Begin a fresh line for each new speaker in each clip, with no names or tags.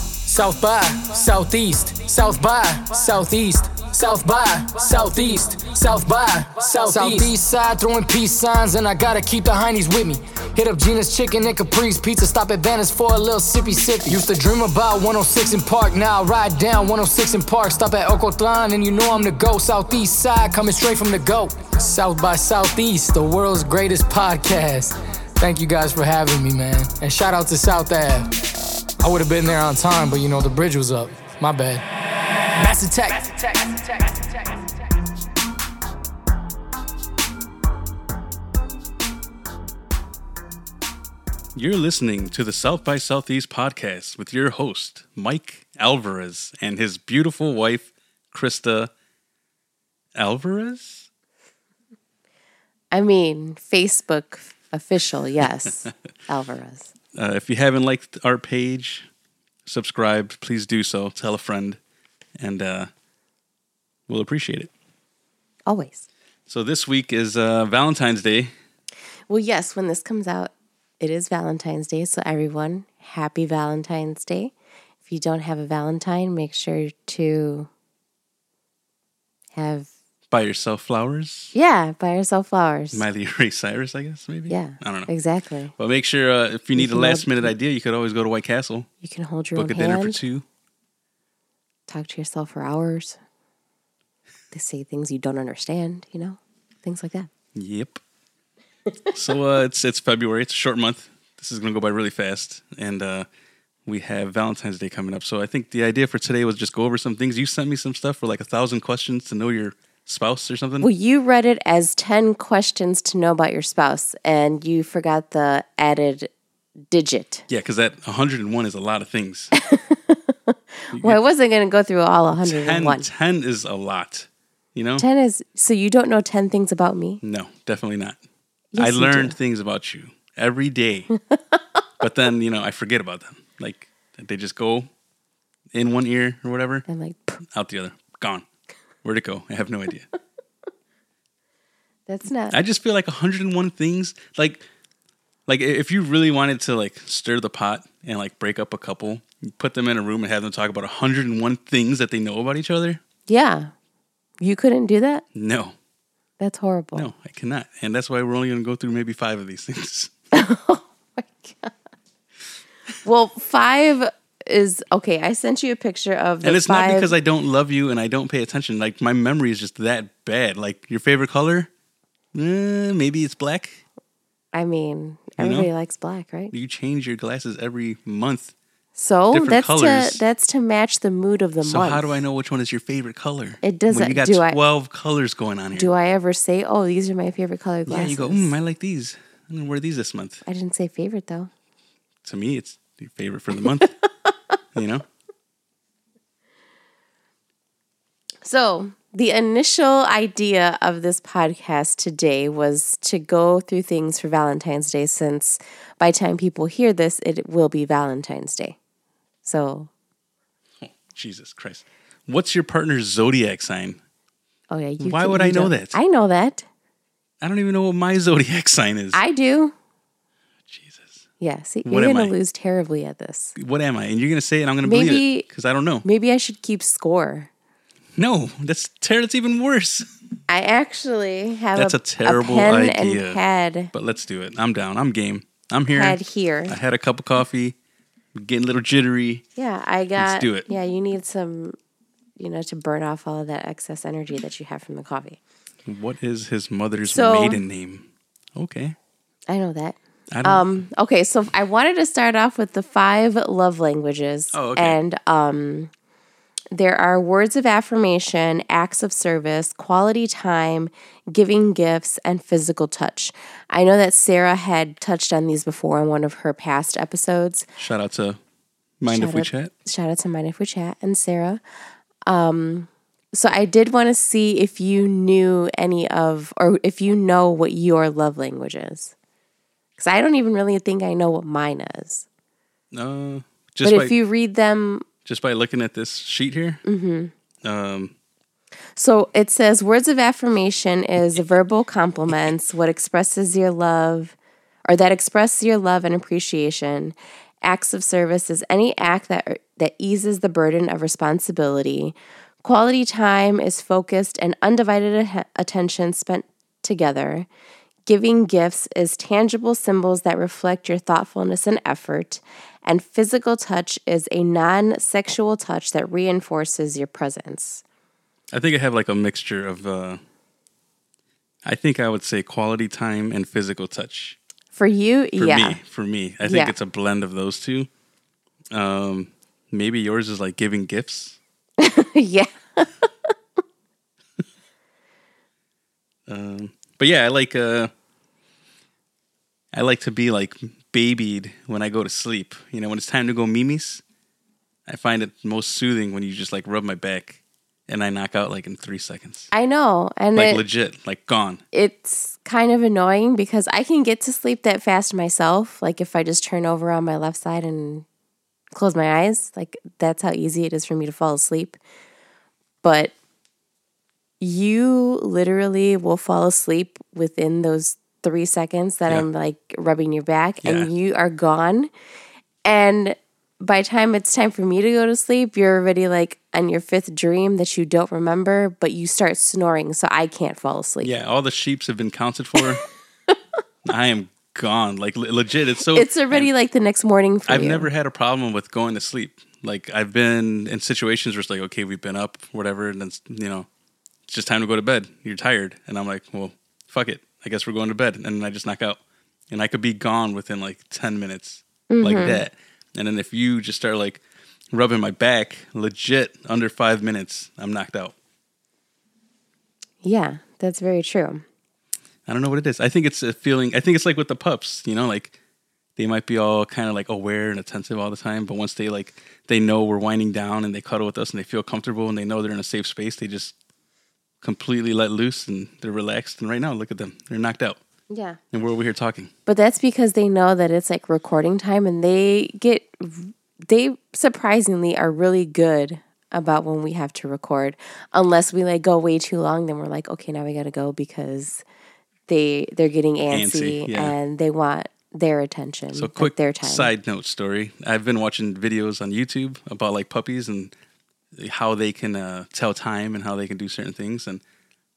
South by, Southeast, South by, Southeast. South by, Southeast, South by, Southeast. Southeast side throwing peace signs, and I gotta keep the heinies with me. Hit up Gina's Chicken and Caprice Pizza, stop at Banner's for a little sippy sippy. Used to dream about 106 in Park, now I ride down 106 in Park. Stop at Ocotlan, and you know I'm the go. Southeast side coming straight from the go. South by Southeast, the world's greatest podcast. Thank you guys for having me, man. And shout out to South Ave. I would have been there on time, but you know, the bridge was up. My bad. Mass attack.
You're listening to the South by Southeast podcast with your host, Mike Alvarez, and his beautiful wife, Krista Alvarez?
I mean, Facebook official, yes, Alvarez.
Uh, if you haven't liked our page, subscribed, please do so. Tell a friend, and uh, we'll appreciate it.
Always.
So, this week is uh, Valentine's Day.
Well, yes, when this comes out, it is Valentine's Day. So, everyone, happy Valentine's Day. If you don't have a Valentine, make sure to have,
Buy yourself flowers.
yeah, buy yourself flowers.
Miley Ray Cyrus, I guess, maybe?
yeah.
I don't know.
Exactly.
But make sure uh, if you need a
can
last
have-
minute idea, you could always go to White Castle,
You can hold your
book a
own
dinner
hand,
for two.
talk to yourself for hours. They say things you don't understand, you know, things like that.
Yep. so uh, it's it's February. It's a short month. This is gonna go by really fast, and uh, we have Valentine's Day coming up. So I think the idea for today was just go over some things. You sent me some stuff for like a thousand questions to know your spouse or something.
Well, you read it as 10 questions to know about your spouse, and you forgot the added digit.
yeah, because that 101 is a lot of things.
Well, I wasn't going to go through all
10,
101.
10 is a lot. You know?
10 is, so you don't know 10 things about me?
No, definitely not.
Yes,
I
you do.
learned things about you every day, but then you know I forget about them. Like they just go in one ear or whatever.
I'm like, "Pff,
out the other, gone. Where'd it go? I have no idea.
that's not.
I just feel like 101 things. Like, like i- if you really wanted to like stir the pot and like break up a couple, you put them in a room and have them talk about 101 things that they know about each other.
yeah. You couldn't do that?
No,
That's horrible.
no, I cannot. And that's why we're only going to go through maybe five of these things.
Well, five is, okay, I sent you a picture of the
and it's
five.
not because I don't love you and I don't pay attention. Like my memory is just that bad. Like your favorite color, Eh, maybe it's black.
I mean,
You know?
everybody likes black, right?
You change your glasses every month.
So
different
that's
colors.
to that's to match the mood of the
So
month.
how do I know which one is your favorite color?
It doesn't-
When you got
do I-
twelve colors going on here.
Do I ever say, "Oh, these are my favorite color
yeah,
glasses"?
you go. Mm, I like these. I'm gonna wear these this month.
I didn't say favorite though.
To me, it's your favorite for the month. you know,
So, the initial idea of this podcast today was to go through things for Valentine's Day since by the time people hear this, it will be Valentine's Day. So,
Jesus Christ. What's your partner's zodiac sign?
oh yeah, you
Why
can-
would
you
I know that?
I know that.
I don't even know what my zodiac sign is.
I do.
Jesus,
Yeah, see,
What
you're
am
going
I?
to lose terribly at this.
what am I? And you're gonna say it. and I'm gonna believe
Maybe-
it because I don't know.
Maybe I should keep score.
No, that's ter- that's even worse.
I actually have
That's a terrible
pen
idea.
and pad
But let's do it. I'm down. I'm game. I'm here.
pad here.
I had a cup of coffee. getting a little jittery.
Yeah, I got.
do it.
Yeah, you need some, you know, to burn off all of that excess energy that you have from the coffee.
What is his mother's
So-
maiden name? Okay.
I know that.
I don't,
Um, okay, so I wanted to start off with the five love languages.
Oh, okay.
And um, there are words of affirmation, acts of service, quality time, giving gifts, and physical touch. I know that Sarah had touched on these before in one of her past episodes.
shout out to Mind If
Shout
We
out-
Chat.
Shout out to Mind If We Chat and Sarah. Um, so I did want to see if you knew any of, or if you know what your love language is. Because I don't even really think I know what mine is.
Uh,
But
just by
if you read them,
just by looking at this sheet here,
Mm-hmm.
um,
so it says words of affirmation is verbal compliments, what expresses your love, or that expresses your love and appreciation. Acts of service is any act that that eases the burden of responsibility. Quality time is focused and undivided a- attention spent together. Giving gifts is tangible symbols that reflect your thoughtfulness and effort, and physical touch is a non sexual touch that reinforces your presence.
I think I have like a mixture of. Uh, I think I would say quality time and physical touch.
For you,
For
yeah.
me, for me, I think
Yeah.
it's a blend of those two. Um, maybe yours is like giving gifts.
yeah.
Um, but yeah, I like. Uh, I like to be like babied when I go to sleep. You know, when it's time to go mimis, I find it most soothing when you just like rub my back, and I knock out like in three seconds,
I know. And
like
it,
legit, like gone.
it's kind of annoying because I can get to sleep that fast myself. Like if I just turn over on my left side and close my eyes, like that's how easy it is for me to fall asleep. But you literally will fall asleep within those three seconds that
Yeah.
I'm like rubbing your back
Yeah.
and you are gone. And by the time it's time for me to go to sleep, you're already like on your fifth dream that you don't remember, but you start snoring, so I can't fall asleep.
Yeah, all the sheeps have been counted for. I am gone. Like le- legit, it's so.
It's already like the next morning for
I've
you.
never had a problem with going to sleep. Like I've been in situations where it's like, okay, we've been up, whatever, and then you know, it's just time to go to bed. You're tired, and I'm like, well, fuck it. I guess we're going to bed, and then I just knock out, and I could be gone within like ten minutes, like
Mm-hmm.
that. And then if you just start like rubbing my back, legit under five minutes, I'm knocked out.
Yeah, that's very true.
I don't know what it is. I think it's a feeling. I think it's like with the pups, you know, like they might be all kind of like aware and attentive all the time, but once they like they know we're winding down and they cuddle with us and they feel comfortable and they know they're in a safe space, they just completely let loose and they're relaxed. And right now, look at them. They're knocked out.
Yeah.
And we're over here talking.
But that's because they know that it's like recording time and they get they surprisingly are really good about when we have to record unless we like go way too long then we're like okay now we got to go because they they're getting antsy,
Antsy, yeah.
and they want their attention
So
like,
quick
their time
side note story. I've been watching videos on YouTube about like puppies and how they can uh, tell time and how they can do certain things. And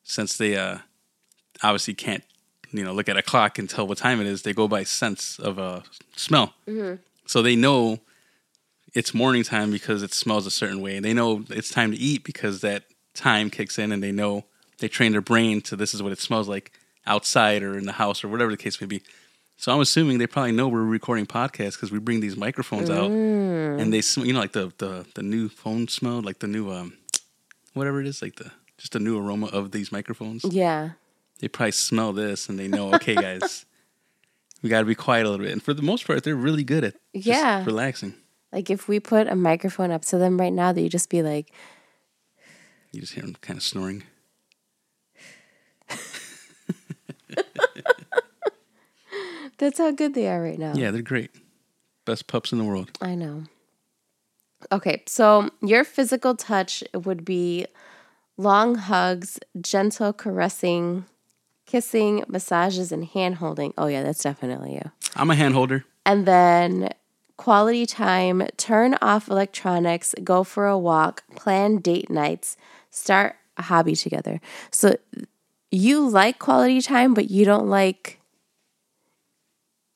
since they uh, obviously can't, you know, look at a clock and tell what time it is, they go by sense of a uh, smell. So they know it's morning time because it smells a certain way. And they know it's time to eat because that time kicks in and they know they train their brain to this is what it smells like outside or in the house or whatever the case may be. So I'm assuming they probably know we're recording podcasts because we bring these microphones out and they smell, you know, like the, the, the new phone smell, like the new, um, whatever it is, like the, just the new aroma of these microphones
yeah
they probably smell this and they know, okay, guys, we got to be quiet a little bit. And for the most part, they're really good at just
Yeah.
relaxing.
like if we put a microphone up to them right now they just be like
You just hear them kind of snoring.
that's how good they are right now
Yeah, they're great. Best pups in the world.
I know. Okay, so your physical touch would be long hugs, gentle caressing, kissing, massages, and hand holding. Oh, yeah, that's definitely you.
I'm a hand holder.
And then quality time, turn off electronics, go for a walk, plan date nights, start a hobby together. So you like quality time, but you don't like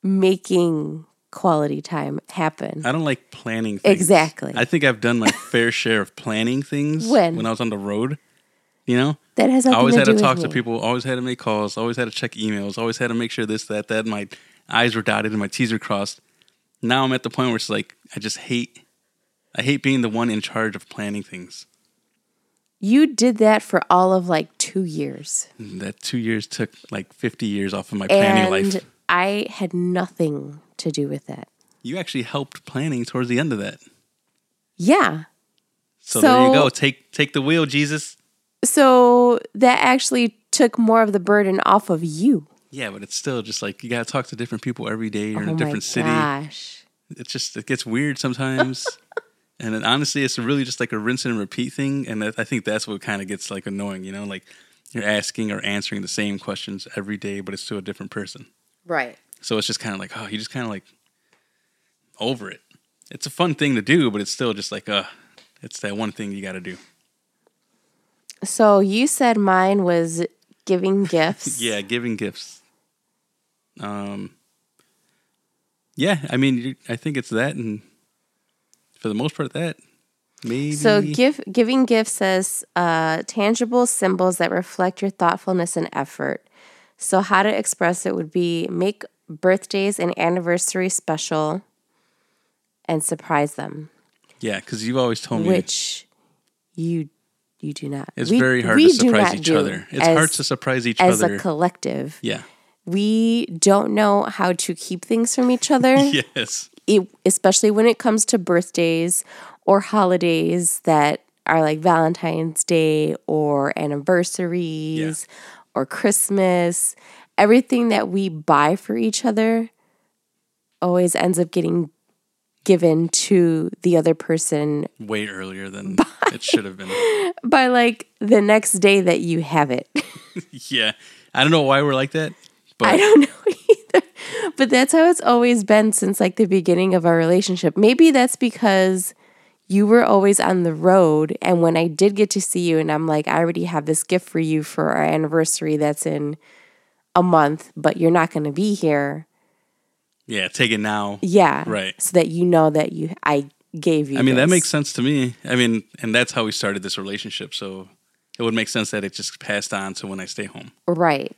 making quality time happen.
I don't like planning things.
Exactly.
I think I've done my fair share of planning things
When?
when I was on the road. You know,
That has
I
nothing
always
to
had
do
to
with
talk
me.
to people, always had to make calls, always had to check emails, always had to make sure this, that, that. My I's were dotted and my T's were crossed. Now I'm at the point where it's like, I just hate, I hate being the one in charge of planning things.
You did that for all of like two years,
That two years took like 50 years off of my planning
and
life.
I had nothing to do with that.
You actually helped planning towards the end of that.
Yeah,
So, there you
So-
go. Take take the wheel, Jesus.
so that actually took more of the burden off of you.
Yeah, but it's still just like you gotta talk to different people every day. You're in
oh
a different
my
city.
gosh!
It's just it gets weird sometimes. and then honestly, it's really just like a rinse and repeat thing. And that, I think that's what kind of gets like annoying. You know, like you're asking or answering the same questions every day, but it's to a different person.
Right.
So it's just kind of like, oh, you just kind of like over it. It's a fun thing to do, but it's still just like, uh, it's that one thing you got to do.
So you said mine was giving gifts.
Yeah, giving gifts. Um, yeah, I mean, you- I think it's that, and for the most part, that maybe.
So give, giving gifts says uh, tangible symbols that reflect your thoughtfulness and effort. So how to express it would be make birthdays and anniversaries special and surprise them,
yeah, because you've always told me
which you you do not.
it's
we-
very hard
we
to
do
surprise
not
each
do
other. It's
as-
hard to surprise each
as
other.
a collective.
yeah.
We don't know how to keep things from each other.
Yes.
it, e, especially when it comes to birthdays or holidays that are like Valentine's Day or anniversaries or Christmas. Everything that we buy for each other always ends up getting given to the other person
Way earlier than it should have been.
by like the next day that you have it.
Yeah. I don't know why we're like that, but
I don't know either. But that's how it's always been since like the beginning of our relationship. Maybe that's because you were always on the road. And when I did get to see you, and I'm like, I already have this gift for you for our anniversary that's in a month, but you're not going to be here.
yeah, take it now.
Yeah.
Right.
So that you know that you, I gave you.
I mean, that
this.
makes sense to me. I mean, and that's how we started this relationship. So it would make sense that it just passed on to when I stay home.
Right.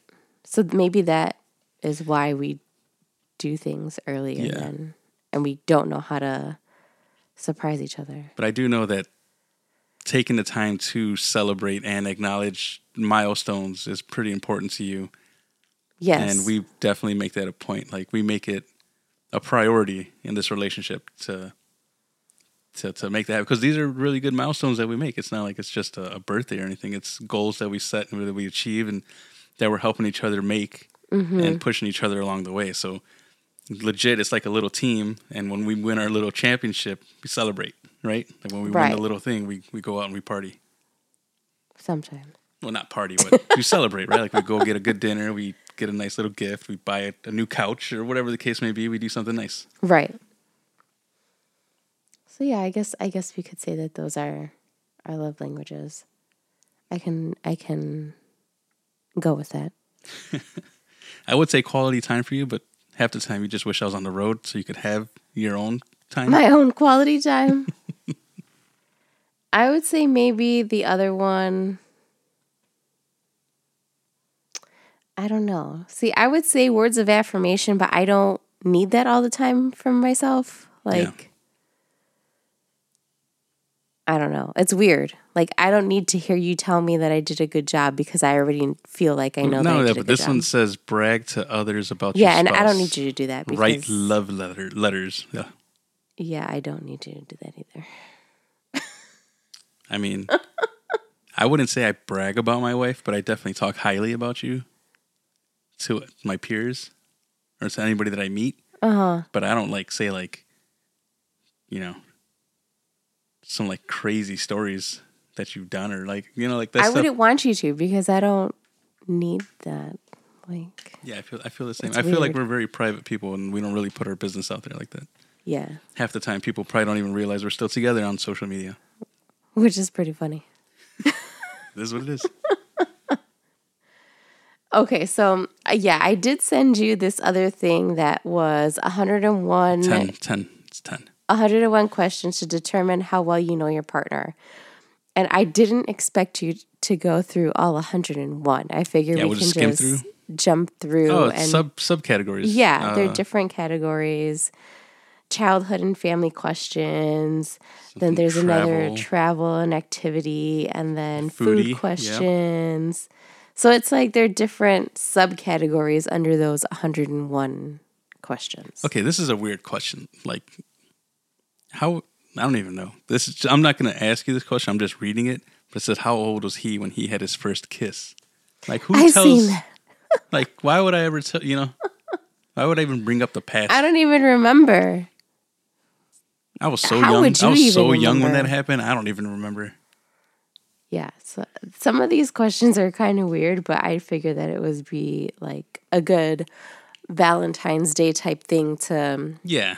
So maybe that is why we do things earlier
Yeah.
then. And we don't know how to surprise each other.
But I do know that taking the time to celebrate and acknowledge milestones is pretty important to you.
Yes.
And we definitely make that a point. Like we make it a priority in this relationship to to to make that because these are really good milestones that we make. It's not like it's just a, a birthday or anything. It's goals that we set and that we achieve and that we're helping each other make
Mm-hmm.
and pushing each other along the way. So legit it's like a little team and when we win our little championship, we celebrate, right? Like when we win
Right.
the little thing, we, we go out and we party
Sometimes.
well, not party, but we celebrate, right? Like we go get a good dinner, we get a nice little gift, we buy a, a new couch or whatever the case may be. We do something nice.
Right. So yeah, I guess I guess we could say that those are our love languages. I can I can go with that.
I would say quality time for you, but half the time you just wish I was on the road so you could have your own time.
My own quality time. I would say maybe the other one I don't know. See, I would say words of affirmation, but I don't need that all the time from myself. Like I don't know. It's weird. Like I don't need to hear you tell me that I did a good job because I already feel like I know that
no,
I did
yeah,
a good
but this
job.
one says brag to others about
yeah,
your
and I don't
spouse.
need you to do that because
Write love letter letters. Yeah.
Yeah, I don't need you to do that either.
I mean, I wouldn't say I brag about my wife, but I definitely talk highly about you to my peers or to anybody that I meet.
Uh huh.
but I don't like say like, you know, some like crazy stories that you've done or like you know like that
I
stuff.
wouldn't want you to because I don't need that. Like,
Yeah, I feel I feel the same.
It's
I feel like
weird.
we're very private people and we don't really put our business out there like that.
yeah,
Half the time, people probably don't even realize we're still together on social media.
which is pretty funny.
This is what it is.
Okay, so uh, yeah, I did send you this other thing that was 101
10, 10, it's ten.
101 questions to determine how well you know your partner. And I didn't expect you to go through all 101. I figured
Yeah,
we
we'll
can
just skim
just
through.
jump through
Oh,
and
it's sub subcategories.
yeah,
Uh,
there are different categories. Childhood and family questions. Then there's another
travel.
travel and activity, and then
Foodie,
food
yep.
questions. So it's like there are different subcategories under those 101 questions.
Okay, this is a weird question. Like, how? I don't even know. This is. I'm not going to ask you this question. I'm just reading it. But it says, "How old was he when he had his first kiss?" Like, who
I've
tells?
seen that.
Like, why would I ever tell? You know, why would I even bring up the past?
I
I,
don't even remember.
was so
how
young.
would
I
you
was so
even
young when that
remember?
happened. I don't even remember.
Yeah, so some of these questions are kind of weird, but I figured that it would be like a good Valentine's Day type thing to um,
Yeah,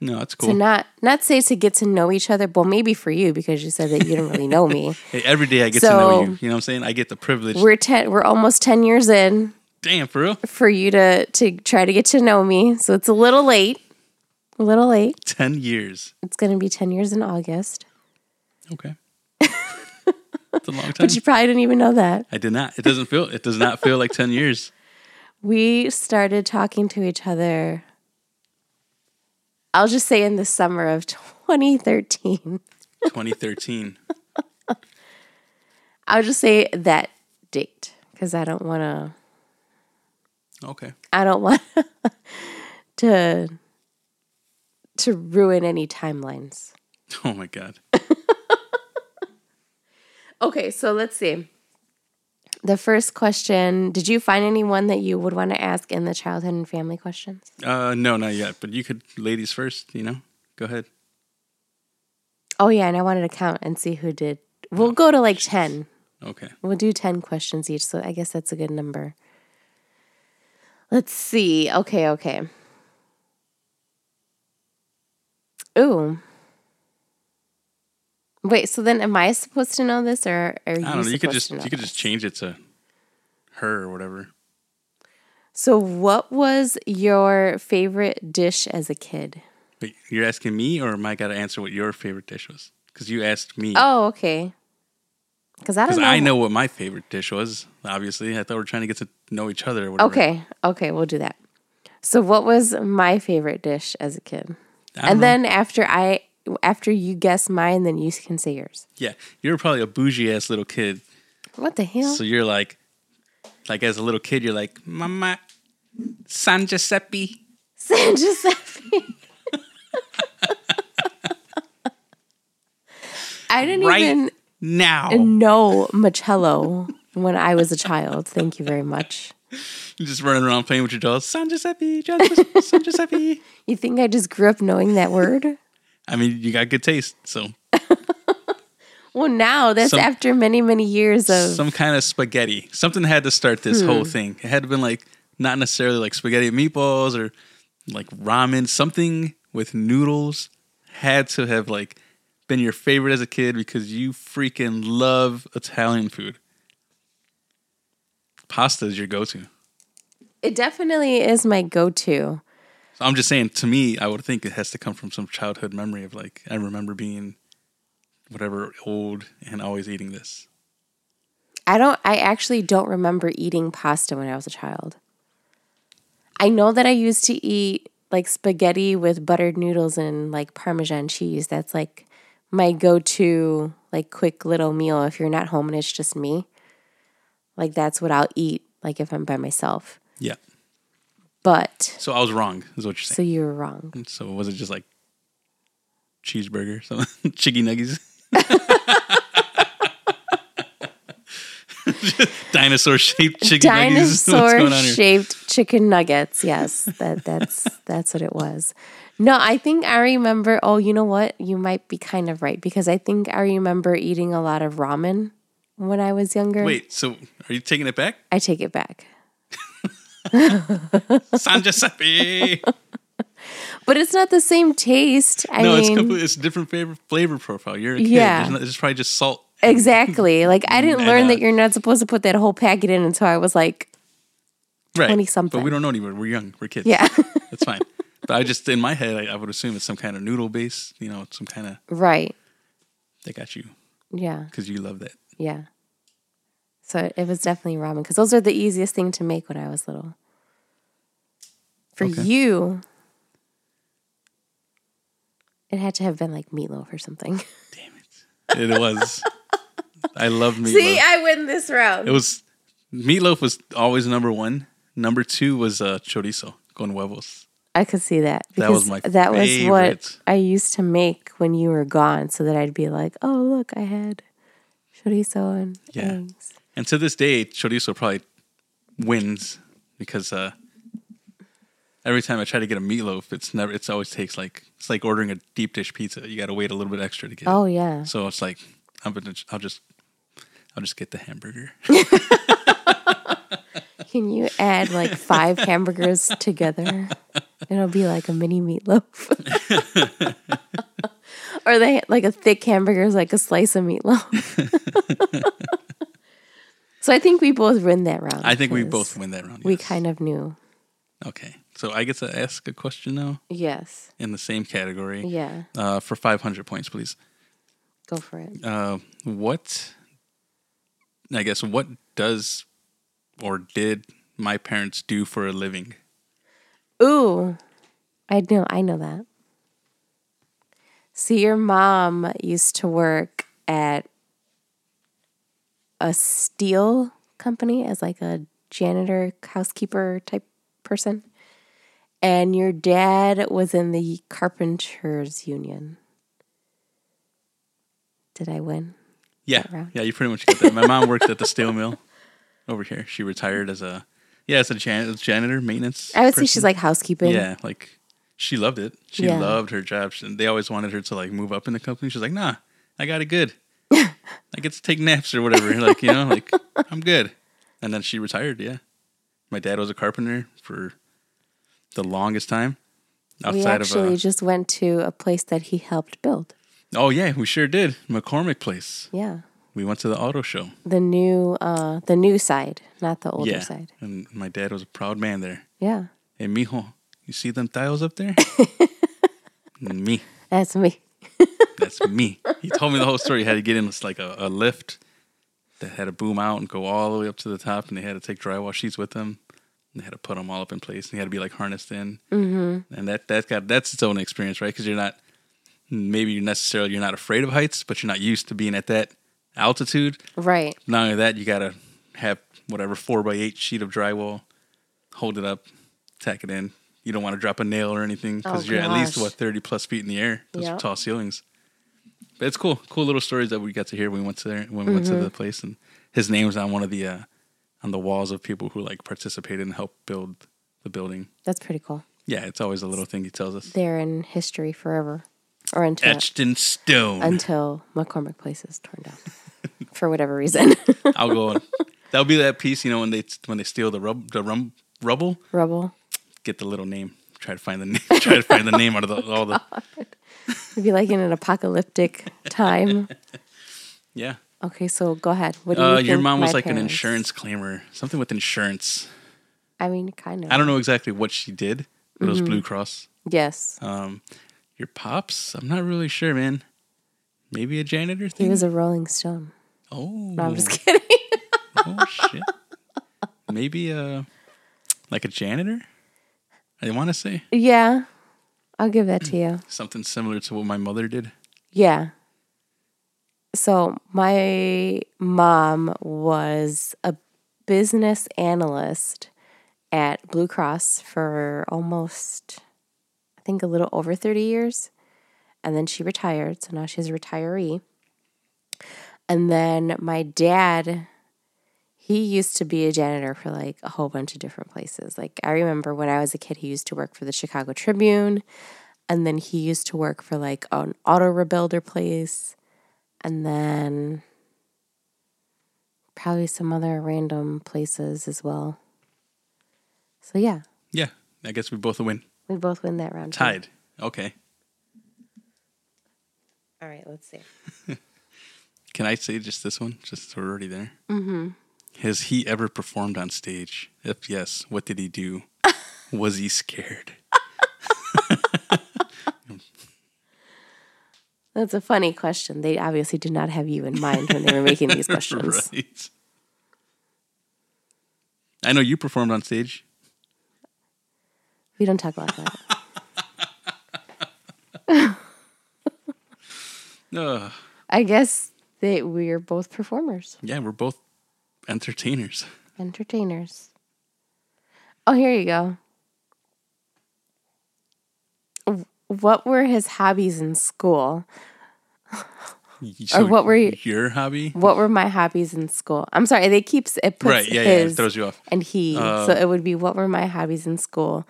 No, that's
To
cool.
not not say to get to know each other. Well, maybe for you because you said that you didn't really know me.
hey, every day I get to know
So-
you. You know what I'm saying? I get the privilege.
We're ten. We're almost ten years in
Damn, for real?
for you to to try to get to know me. So it's a little late. A little late.
10 years.
It's going to be ten years in August,
Okay. It's a long time.
but you probably didn't even know that.
I did not. It doesn't feel, it does not feel like 10 years.
We started talking to each other. I'll just say in the summer of 2013.
2013.
I'll just say that date because I don't want to.
Okay.
I don't want to to ruin any timelines.
Oh my God.
Okay, so let's see. The first question, did you find anyone that you would want to ask in the childhood and family questions?
Uh, no, not yet. But you could, ladies first, you know? Go ahead.
Oh yeah, and I wanted to count and see who did. We'll go to like 10.
Okay.
We'll do 10 questions each, so I guess that's a good number. Let's see. Okay, okay. Ooh. Wait, so then am I supposed to know this or are you,
I don't know. You could
supposed
just,
to know
you could just
this?
change it to her or whatever.
So what was your favorite dish as a kid?
But you're asking me, or am I got to answer what your favorite dish was? Because you asked me.
Oh, okay. Cuz I don't
Because
know.
I know what my favorite dish was. Obviously, I thought we are trying to get to know each other. Or whatever.
Okay. Okay, we'll do that. So what was my favorite dish as a kid?
I don't
And
know.
then after I after you guess mine, then you can say yours.
yeah, you're probably a bougie ass little kid.
Mm-hmm. What the hell?
So you're like, like as a little kid, you're like, Mama, San Giuseppe.
San Giuseppe. I didn't
Right.
even
Now,
know Machello when I was a child. Thank you very much.
you're just running around playing with your dolls. San Giuseppe, Giuseppe, San Giuseppe.
You think I just grew up knowing that word?
I mean, you got good taste. So,
Well, now that's
Some-
after many, many years of.
some kind of spaghetti. Something had to start this whole thing. It had to been like not necessarily like spaghetti and meatballs or like ramen. Something with noodles had to have like been your favorite as a kid because you freaking love Italian food. Pasta is your go-to.
it definitely is my go to.
So I'm just saying, to me, I would think it has to come from some childhood memory of like I remember being whatever old and always eating this.
I don't I actually don't remember eating pasta when I was a child. I know that I used to eat like spaghetti with buttered noodles and like parmesan cheese. That's like my go-to like quick little meal if you're not home and it's just me. Like that's what I'll eat like if I'm by myself.
Yeah.
But
So I was wrong, is what you're saying.
so you were wrong.
So was it just like cheeseburger, something, chicky nuggies, dinosaur shaped chicken nuggies? What's
dinosaur
going on here?
shaped chicken nuggets. Yes, that that's that's what it was. No, I think I remember. Oh, you know what? You might be kind of right because I think I remember eating a lot of ramen when I was younger.
Wait, so are you taking it back,
I take it back.
San Giuseppe?
But it's not the same taste. I
no,
mean,
it's completely it's a different flavor flavor profile. You're a kid.
Yeah.
There's not- It's probably just salt.
exactly. Like I didn't
And,
learn
uh,
that you're not supposed to put that whole packet in until I was like,
Right.
20-something.
But we don't know anymore. We're young. We're kids.
yeah,
That's fine. But I just in my head, I, I would assume it's some kind of noodle base. You know, some kind of
right,
they got you
yeah,
because you love that.
yeah. So it was definitely ramen because those are the easiest thing to make when I was little. For
Okay.
you, it had to have been like meatloaf or something.
It was. I love meatloaf.
See, I win this round.
It was meatloaf was always number one. Number two was uh, chorizo con huevos.
I could see that
That was my
that was what
favorite.
I used to make when you were gone, so that I'd be like, "Oh, look, I had chorizo and
Yeah.
eggs."
And to this day, chorizo probably wins because uh, every time I try to get a meatloaf, it's never. It's always takes like it's like ordering a deep dish pizza. You got to wait a little bit extra to get.
Oh
it.
yeah,
So it's like I'm gonna. I'll just. I'll just get the hamburger.
can you add like five hamburgers together? It'll be like a mini meatloaf. or they like a thick hamburger is like a slice of meatloaf. so I think we both win that round.
I think we
'cause
both win that round.
We
yes.
kind of knew.
Okay. So I get to ask a question now
Yes.
in the same category
Yeah.
uh, for 500 points, please.
Go for it.
Uh, what, I guess, what does or did my parents do for a living?
Ooh. I know I know that. See your mom used to work at a steel company as like a janitor housekeeper type person. And your dad was in the carpenters union. Did I win?
Yeah.
round?
Yeah, you pretty much get that. My mom worked at the steel mill over here. She retired as a, yeah, as a jan- janitor, maintenance.
I would say
person.
she's like housekeeping.
Yeah, like she loved it. She
Yeah.
loved her job. She- They always wanted her to like move up in the company. She's like, nah, I got it good. I get to take naps or whatever. Like, you know, like I'm good. And then she retired. Yeah. My dad was a carpenter for the longest time
we
outside of
actually
a.
just went to a place that he helped build.
Oh, yeah, we sure did. McCormick Place.
Yeah.
We went to the auto show.
the new uh the new side, not the older
yeah.
side.
And my dad was a proud man there.
Yeah.
Hey, mijo, you see them tiles up there? me.
That's me.
That's me. He told me the whole story. He had to get in this, like a, a lift that had to boom out and go all the way up to the top, and they had to take drywall sheets with them. And they had to put them all up in place, and he had to be like harnessed in. Mm-hmm. And that that got that's its own experience, right? Because you're not maybe you're necessarily you're not afraid of heights, but you're not used to being at that altitude.
Right.
Not only that, you gotta have whatever four by eight sheet of drywall, hold it up, tack it in. You don't want to drop a nail or anything because
Oh,
you're at least
gosh.
what thirty plus feet in the air. Those
Yeah.
tall ceilings. But it's cool, cool little stories that we got to hear when we went to there when we went to
Mm-hmm.
the place, and his name was on one of the uh, on the walls of people who like participated and helped build the building.
That's pretty cool.
Yeah, it's always a little thing he tells us.
They're in history forever. Or until
Etched in stone.
until McCormick Place is torn down. For whatever reason.
I'll go. on. That'll be that piece, you know, when they when they steal the rub the rum, rubble.
Rubble.
get the little name. Try to find the name. try to find the name out of the, all the.
It'd be like in an apocalyptic time.
Yeah.
Okay, so go ahead. What do you
Uh,
think
your mom was
my
like an
parents-
insurance claimer, something with insurance.
I mean kind of.
I don't know exactly what she did, but it was
Mm-hmm.
Blue Cross.
Yes.
Um, your pops, I'm not really sure, man. Maybe a janitor
He
thing.
was a Rolling Stone.
oh,
No, I'm just kidding.
oh shit. Maybe uh, like a janitor. I want to say
yeah. I'll give that to you.
something similar to what my mother did.
Yeah. So my mom was a business analyst at Blue Cross for almost, I think, a little over 30 years. And then she retired. So now she's a retiree. And then my dad, he used to be a janitor for like a whole bunch of different places. Like I remember when I was a kid, he used to work for the Chicago Tribune. And then he used to work for like an auto rebuilder place. And then probably some other random places as well. So yeah,
Yeah, I guess we both win.
we both win that round. too.
Tied. Okay.
All right, let's see.
Can I say just this one? Just so we're already there. Mm-hmm. Has he ever performed on stage? If yes, what did he do? Was he scared?
That's a funny question. They obviously did not have you in mind when they were making these questions.
right. I know you performed on stage.
We don't talk about that.
Ugh.
I guess that we're both performers,
yeah, we're both entertainers.
entertainers. Oh, here you go. W- What were his hobbies in school? what were you-
your hobby?
What were my hobbies in school? I'm sorry, they keeps it puts
Right. Yeah, yeah. It
his
throws Oh. you off.
and he. so it would be what were my hobbies in school,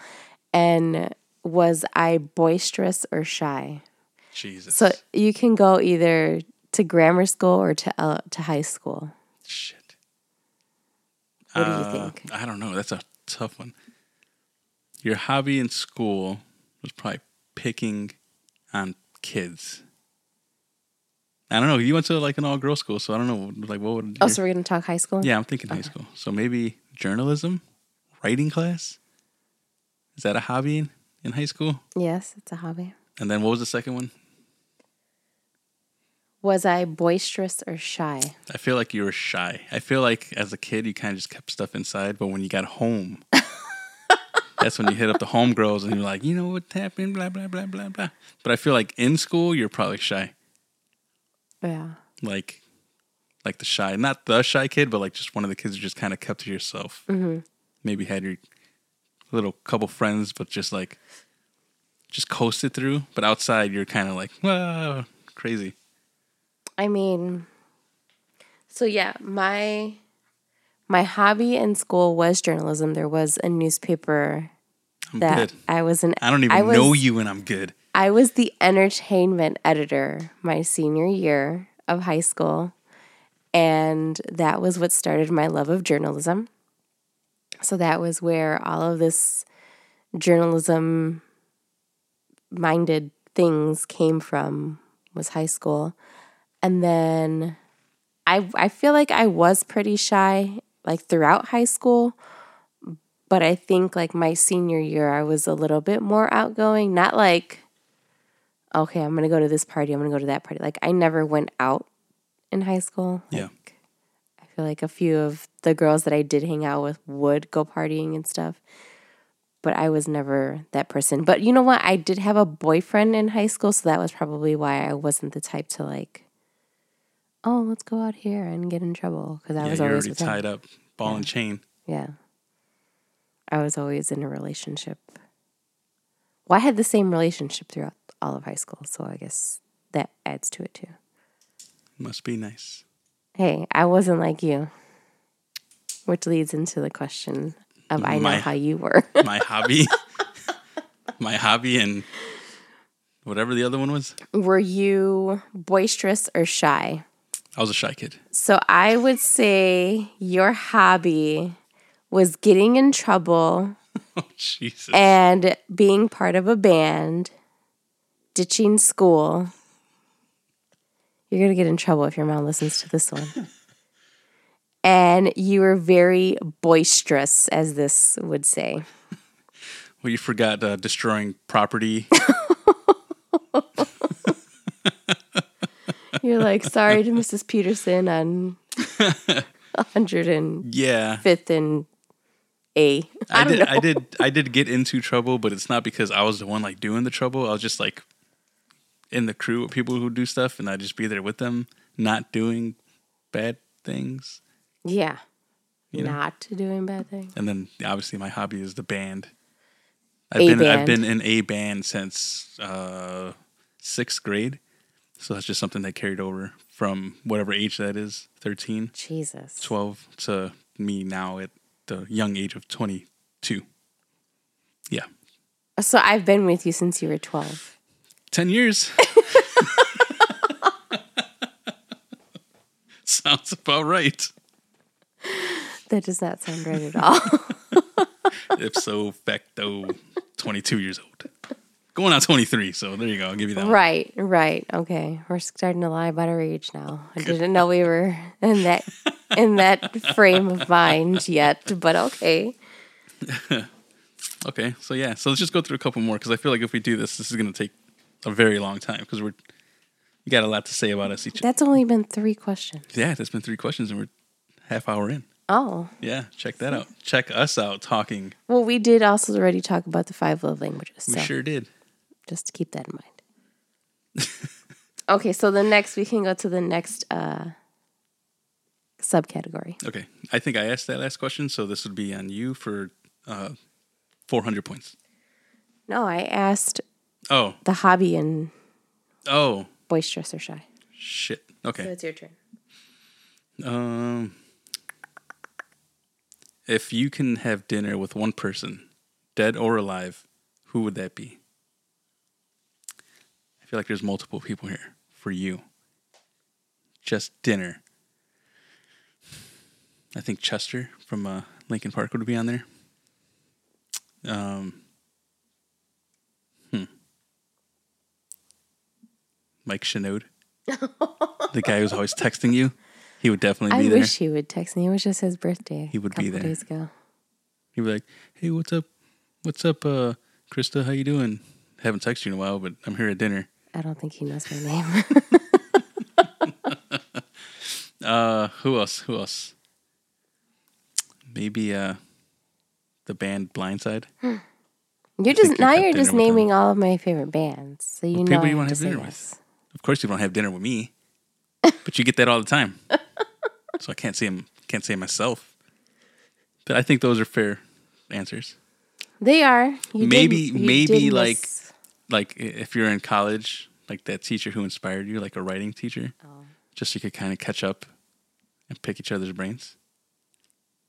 and was I boisterous or shy?
Jesus.
So you can go either to grammar school or to uh, to high school.
Shit.
What do you think?
Uh, I don't know. That's a tough one. Your hobby in school was probably picking on kids. I don't know. You went to like an all girl school, so I don't know. Like, what would.
Oh,
your-
so we're gonna talk high school?
yeah, I'm thinking high school. So maybe journalism, writing class. Is that a hobby in, in high school?
Yes, it's a hobby.
And then what was the second one?
Was I boisterous or shy?
I feel like you were shy. I feel like as a kid, you kind of just kept stuff inside, but when you got home, that's when you hit up the homegirls and you're like, you know what happened, blah, blah, blah, blah, blah. But I feel like in school, you're probably shy.
Yeah.
Like, like the shy, not the shy kid, but like just one of the kids who just kind of kept to yourself.
Mm-hmm.
Maybe had your little couple friends, but just like, just coasted through. But outside, you're kind of like, wow, crazy.
I mean, so yeah, my my hobby in school was journalism. There was a newspaper
I'm
that
good.
I was an
I don't even
was,
know you and I'm good.
I was the entertainment editor my senior year of high school, and that was what started my love of journalism. So that was where all of this journalism minded things came from was high school. And then I I feel like I was pretty shy like throughout high school, but I think like my senior year I was a little bit more outgoing, not like okay, I'm going to go to this party, I'm going to go to that party. Like I never went out in high school.
Yeah.
I feel like a few of the girls that I did hang out with would go partying and stuff. But I was never that person. But you know what? I did have a boyfriend in high school, so that was probably why I wasn't the type to like, oh, let's go out here and get in trouble because I
yeah,
was
you're
always
already
with him.
tied up, ball and chain.
Yeah, I was always in a relationship. Well, I had the same relationship throughout all of high school, so I guess that adds to it too.
Must be nice.
Hey, I wasn't like you. Which leads into the question of I know
My-
how you were.
My hobby, my hobby, and whatever the other one was.
were you boisterous or shy?
I was a shy kid.
So I would say your hobby was getting in trouble
Oh Jesus!
and being part of a band, ditching school. You're going to get in trouble if your mom listens to this one. And you were very boisterous, as this would say.
well, you forgot uh, destroying property.
You're like, sorry to Mrs. Peterson on 105th
yeah,
and A.
I, did. I did. I did get into trouble, but it's not because I was the one like doing the trouble. I was just like in the crew of people who do stuff, and I'd just be there with them, not doing bad things.
Yeah.
know?
Not doing bad things.
and then obviously my hobby is the band. I've
A
been I've
band.
been in a band since uh, sixth grade, so that's just something that carried over from whatever age that is 13,
Jesus.
12 to me now at the young age of twenty two. Yeah,
So I've been with you since you were 12.
ten years. Sounds about right.
That does not sound right at all.
Ipso facto, twenty two years old, going on twenty three. So there you go. I'll give you that. one.
right, right. Okay. We're starting to lie about our age now. I didn't know we were in that in that frame of mind yet, but okay.
Okay, so yeah, so let's just go through a couple more because I feel like if we do this, this is going to take a very long time because we're we got a lot to say about us each.
That's only been 3 questions.
yeah, that's been three questions and we're half hour in.
Oh.
Yeah, check that
Mm-hmm.
out. Check us out talking.
Well, we did also already talk about the five love languages.
We
So.
sure did.
just to keep that in mind. okay, so the next we can go to the next uh, subcategory.
Okay, I think I asked that last question, so this would be on you for uh, four hundred points.
No, I asked
Oh,
the hobby and
oh,
boisterous or shy.
shit. Okay,
it's your turn.
Um, if you can have dinner with one person, dead or alive, who would that be? I feel like there's multiple people here for you. Just dinner. I think Chester from uh, Lincoln Park would be on there. Um, hmm. Mike Shinode, the guy who's always texting you. He would definitely be
I
there.
wish he would text me. It was just his birthday.
He would
a
be
couple
there.
Days ago.
He'd be like, "Hey, what's up? What's up, uh, Krista? How you doing? Haven't texted you in a while, but I'm here at dinner."
I don't think he knows my name.
Uh, who else? Who else? Maybe uh, the band Blindside.
You're
think
just
you
now.
had
You're
dinner
just
with him.
naming all of my favorite bands, so you
Well,
know
people
I
you wanna
have to
have
say
dinner with.
yes.
Of course, you don't have dinner with me, but you get that all the time. so I can't say can't say myself. But I think those are fair answers.
They are. You did-
Maybe-
you
maybe,
did
like,
miss-
Like i- if you're in college, like that teacher who inspired you, like a writing teacher, just so you could kind of catch up and pick each other's brains.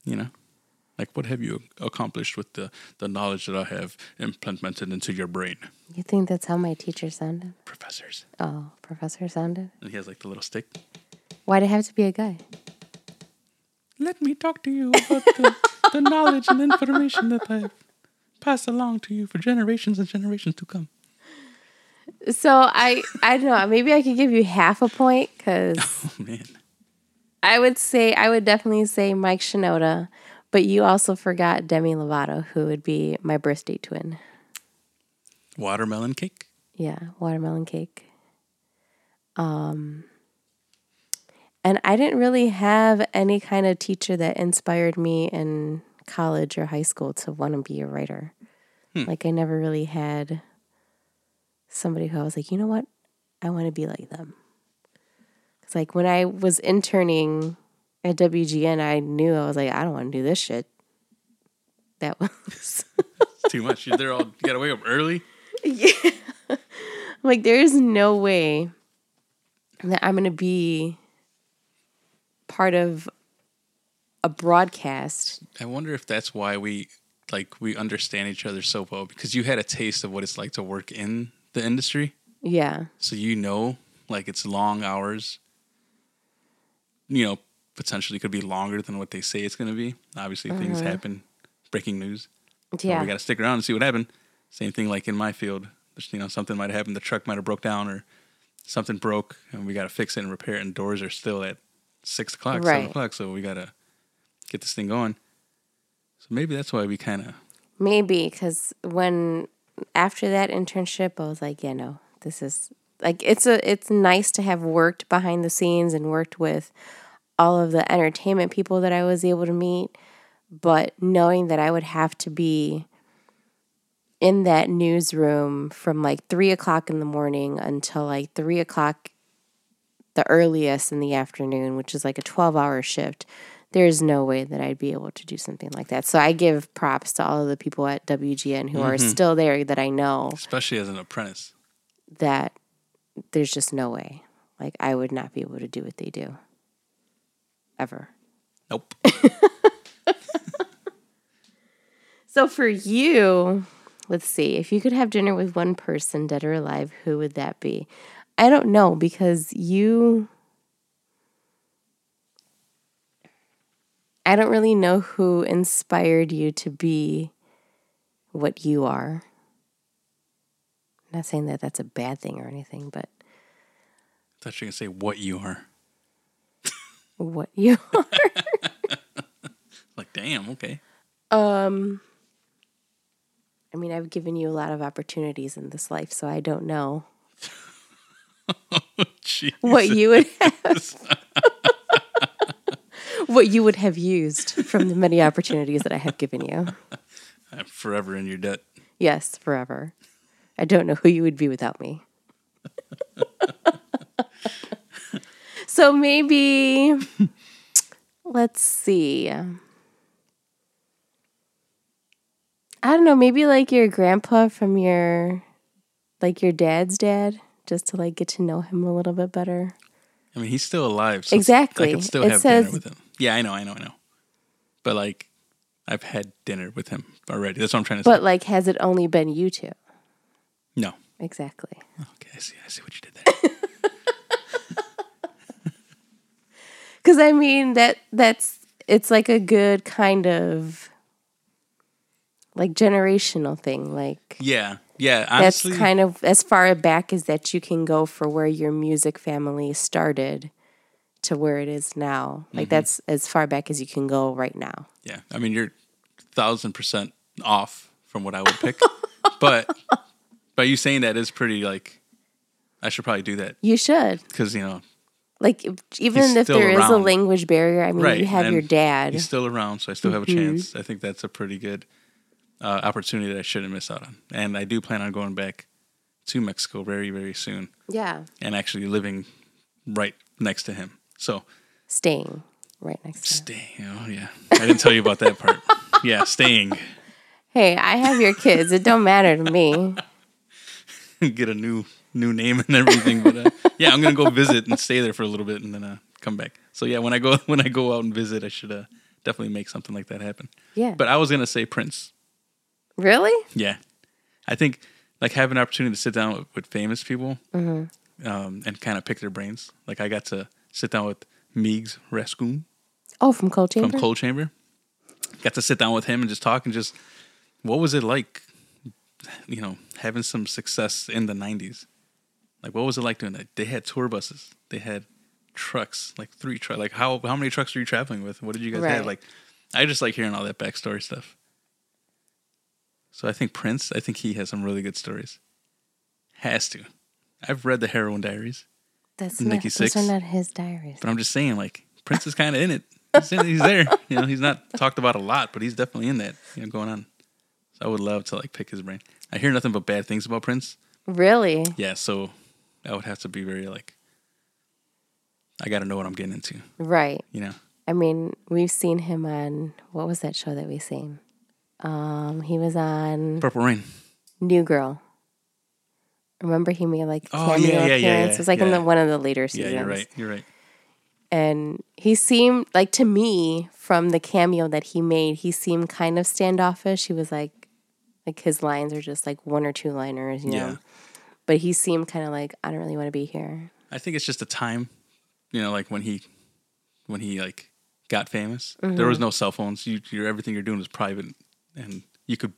You know, like what have you accomplished with the the knowledge that I have implemented into your brain,
you think that's how my teacher sounded.
professors?
Oh, professor sounded.
And he has like the little stick.
Why'd it have to be a guy?
Let me talk to you about the, the knowledge and information that I've passed along to you for generations and generations to come.
So I, I don't know. Maybe I could give you half a point because
Oh man,
I would say I would definitely say Mike Shinoda, but you also forgot Demi Lovato, who would be my birthday twin.
watermelon cake.
Yeah, watermelon cake. Um, and I didn't really have any kind of teacher that inspired me in college or high school to want to be a writer. Like I never really had somebody who I was like, you know what, I want to be like them. It's like when I was interning at WGN, I knew I was like, I don't want to do this shit. That was
It's too much. They're all you gotta wake up early.
I'm like there is no way that I'm going to be part of a broadcast.
I wonder if that's why we like we understand each other so well because you had a taste of what it's like to work in the industry,
Yeah.
so you know like it's long hours. You know, potentially could be longer than what they say it's gonna be. Obviously, things happen. Breaking news. But
Yeah.
we got to stick around and see what happened. Same thing like in my field. There's, you know, something might happen. The truck might have broke down or something broke, and we got to fix it and repair it. And doors are still at six o'clock, seven
Right.
o'clock, so we got to get this thing going. So maybe that's why we kind of
Maybe cuz when after that internship I was like, yeah, no. This is like it's a it's nice to have worked behind the scenes and worked with all of the entertainment people that I was able to meet, but knowing that I would have to be in that newsroom from like three o'clock in the morning until like three o'clock the earliest in the afternoon, which is like a 12 hour shift, there's no way that I'd be able to do something like that. So I give props to all of the people at WGN who are still there that I know
especially as an apprentice.
that there's just no way. Like I would not be able to do what they do ever.
Nope.
So for you, let's see. If you could have dinner with one person, dead or alive, who would that be? I don't know because you. I don't really know who inspired you to be what you are. not saying that that's a bad thing or anything, but
thought you were gonna say what you are.
what you are.
Like, damn. Okay.
Um, I mean, I've given you a lot of opportunities in this life, so I don't know
Gee.
what you would have what you would have used from the many opportunities that I have given you.
I'm forever in your debt.
Yes, forever. I don't know who you would be without me. so maybe let's see. I don't know, maybe like your grandpa from your like your dad's dad just to like get to know him a little bit better.
I mean, he's still alive. So it's- I
Exactly.
could still
It
have
says-
dinner with him. Yeah, I know, I know, I know. But like, I've had dinner with him already. That's what I'm trying to say.
But like has it only been you two?
No.
Exactly.
Okay, I see. I see what you did there.
Because I mean that that's it's like a good kind of like generational thing. Like
yeah, Yeah, honestly,
That's kind of as far back as that you can go for where your music family started to where it is now. Like
Mm-hmm.
that's as far back as you can go right now.
yeah. I mean, you're thousand percent off from what I would pick, but by you saying that is pretty like I should probably do that
You should.
because you know
Like if- even
He's
if
still
there is a
around.
language barrier, I mean
right.
you have
and
your dad.
He's still around, so I still have a
Mm-hmm.
chance. I think that's a pretty good uh, opportunity that I shouldn't miss out on. And I do plan on going back to Mexico very, very soon
Yeah.
and actually living right next to him. So
Staying right next to him.
staying. Oh yeah, I didn't tell you about that part. Yeah, staying.
Hey, I have your kids. It don't matter to me.
Get a new new name and everything. But uh, yeah, I'm gonna go visit and stay there for a little bit and then uh, come back. So yeah, when I go when I go out and visit, I should uh, definitely make something like that happen.
Yeah.
But I was gonna say Prince.
really?
Yeah, I think like having an opportunity to sit down with, with famous people um, and kind of pick their brains. Like I got to sit down with Meigs Rascoon
Oh, from Cold Chamber.
from Cold Chamber. Got to sit down with him and just talk and just what was it like, you know, having some success in the '90s. Like what was it like doing that? They had tour buses. They had trucks, like three trucks. Like how how many trucks were you traveling with? What did you guys
Right.
have? Like I just like hearing all that backstory stuff. So I think Prince, I think he has some really good stories. Has to. I've read the heroin diaries,
That's
Nikki
not,
Sixx.
those are not his diaries.
but I'm just saying, like, Prince is kind of in it. He's, in- he's there. You know, he's not talked about a lot, but he's definitely in that, you know, going on. So I would love to, like, pick his brain. I hear nothing but bad things about Prince.
Really?
Yeah, so I would have to be very, like, I got to know what I'm getting into,
Right.
you know?
I mean, we've seen him on what was that show that we seen? Um, he was on
Purple Rain.
New Girl. Remember, he made like
Oh, yeah, yeah,
cameo
yeah,
appearance.
yeah,
it was like in the
yeah.
one of the later
Yeah,
seasons.
you're right. You're right.
And he seemed like to me from the cameo that he made, he seemed kind of standoffish. He was like, like his lines are just like one or two liners, you know.
Yeah.
But he seemed kind of like I don't really want to be here.
I think it's just the time, you know, like when he, when he like got famous,
Mm-hmm.
there was no cell phones. You, your everything you're doing was private, and you could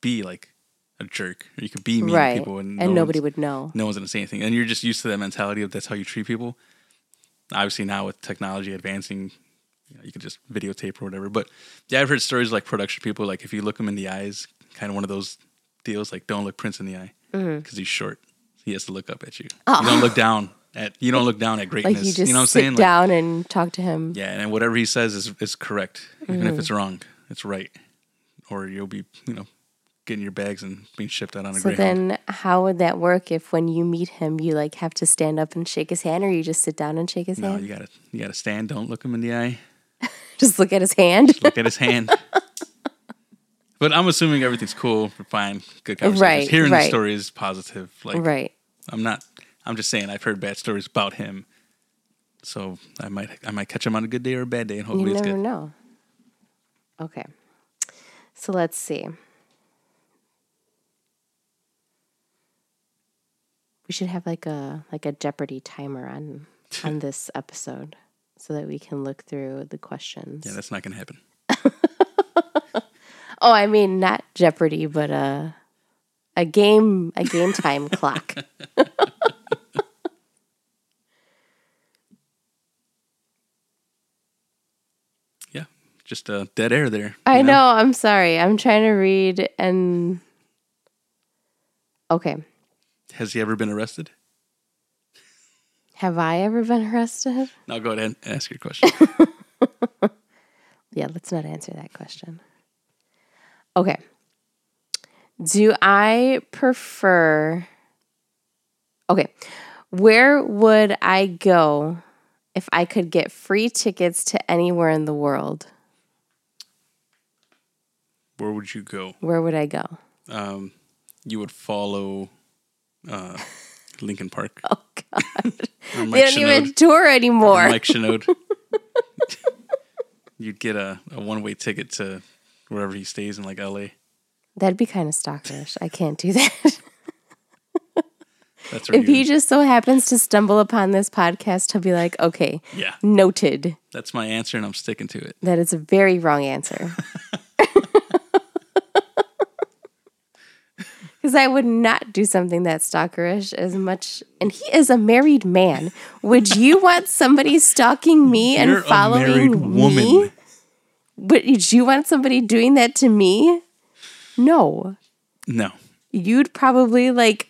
be like a jerk, or you could be mean to
right.
people,
and
and, no
nobody
one's-
would know.
no one's gonna say anything, and you're just used to that mentality of that's how you treat people. Obviously, now with technology advancing, you, know, you could just videotape or whatever. But yeah, I've heard stories like production people, like if you look them in the eyes, kind of one of those deals, like don't look Prince in the eye because
Mm-hmm.
he's short. He has to look up at you. You don't look down at you don't look down at
Uh-huh. Like
greatness.
you just
know what I'm
sit
saying? Like,
down and talk to him.
yeah, and whatever he says is is correct, even
Mm-hmm.
if it's wrong, it's right, or you'll be you know getting your bags and being shipped out on a
So
Greyhound.
then, how would that work if when you meet him, you like have to stand up and shake his hand, or you just sit down and shake his
no,
hand?
you gotta you gotta stand. Don't look him in the eye.
Just look at his hand.
look at his hand. but I'm assuming everything's cool, we're fine, good conversation.
Right,
Hearing
right.
the story is positive. Like
right.
I'm not. I'm just saying I've heard bad stories about him, so I might I might catch him on a good day or a bad day, and
You
hopefully it's
never
good.
know. Okay. So let's see. We should have like a like a Jeopardy timer on on this episode so that we can look through the questions.
Yeah, that's not gonna happen.
Oh, I mean not Jeopardy, but uh a game a game time clock.
Yeah, just uh, dead air there.
I
you
know. I'm sorry. I'm trying to read and Okay.
Has he ever been arrested?
Have I ever been arrested?
Now go ahead and ask your question.
Yeah, let's not answer that question. Okay. Do I prefer Okay. Where would I go if I could get free tickets to anywhere in the world?
Where would you go?
Where would I go?
Um, you would follow uh, Lincoln Park.
Oh god.
or
They
Mike
don't
Shinoda.
even tour anymore.
Mike Shinode. You'd get a, a one way ticket to wherever he stays in like LA.
That'd be kind of stalkerish. I can't do that.
That's where
if
you,
he just so happens to stumble upon this podcast, he'll be like, "Okay,
Yeah.
noted."
That's my answer and I'm sticking to it.
That is a very wrong answer. because I would not do something that stalkerish as much. And he is a married man. Would you want somebody stalking me and
You're a
following
married
me?
woman.
Would you want somebody doing that to me? No,
No.
you'd probably like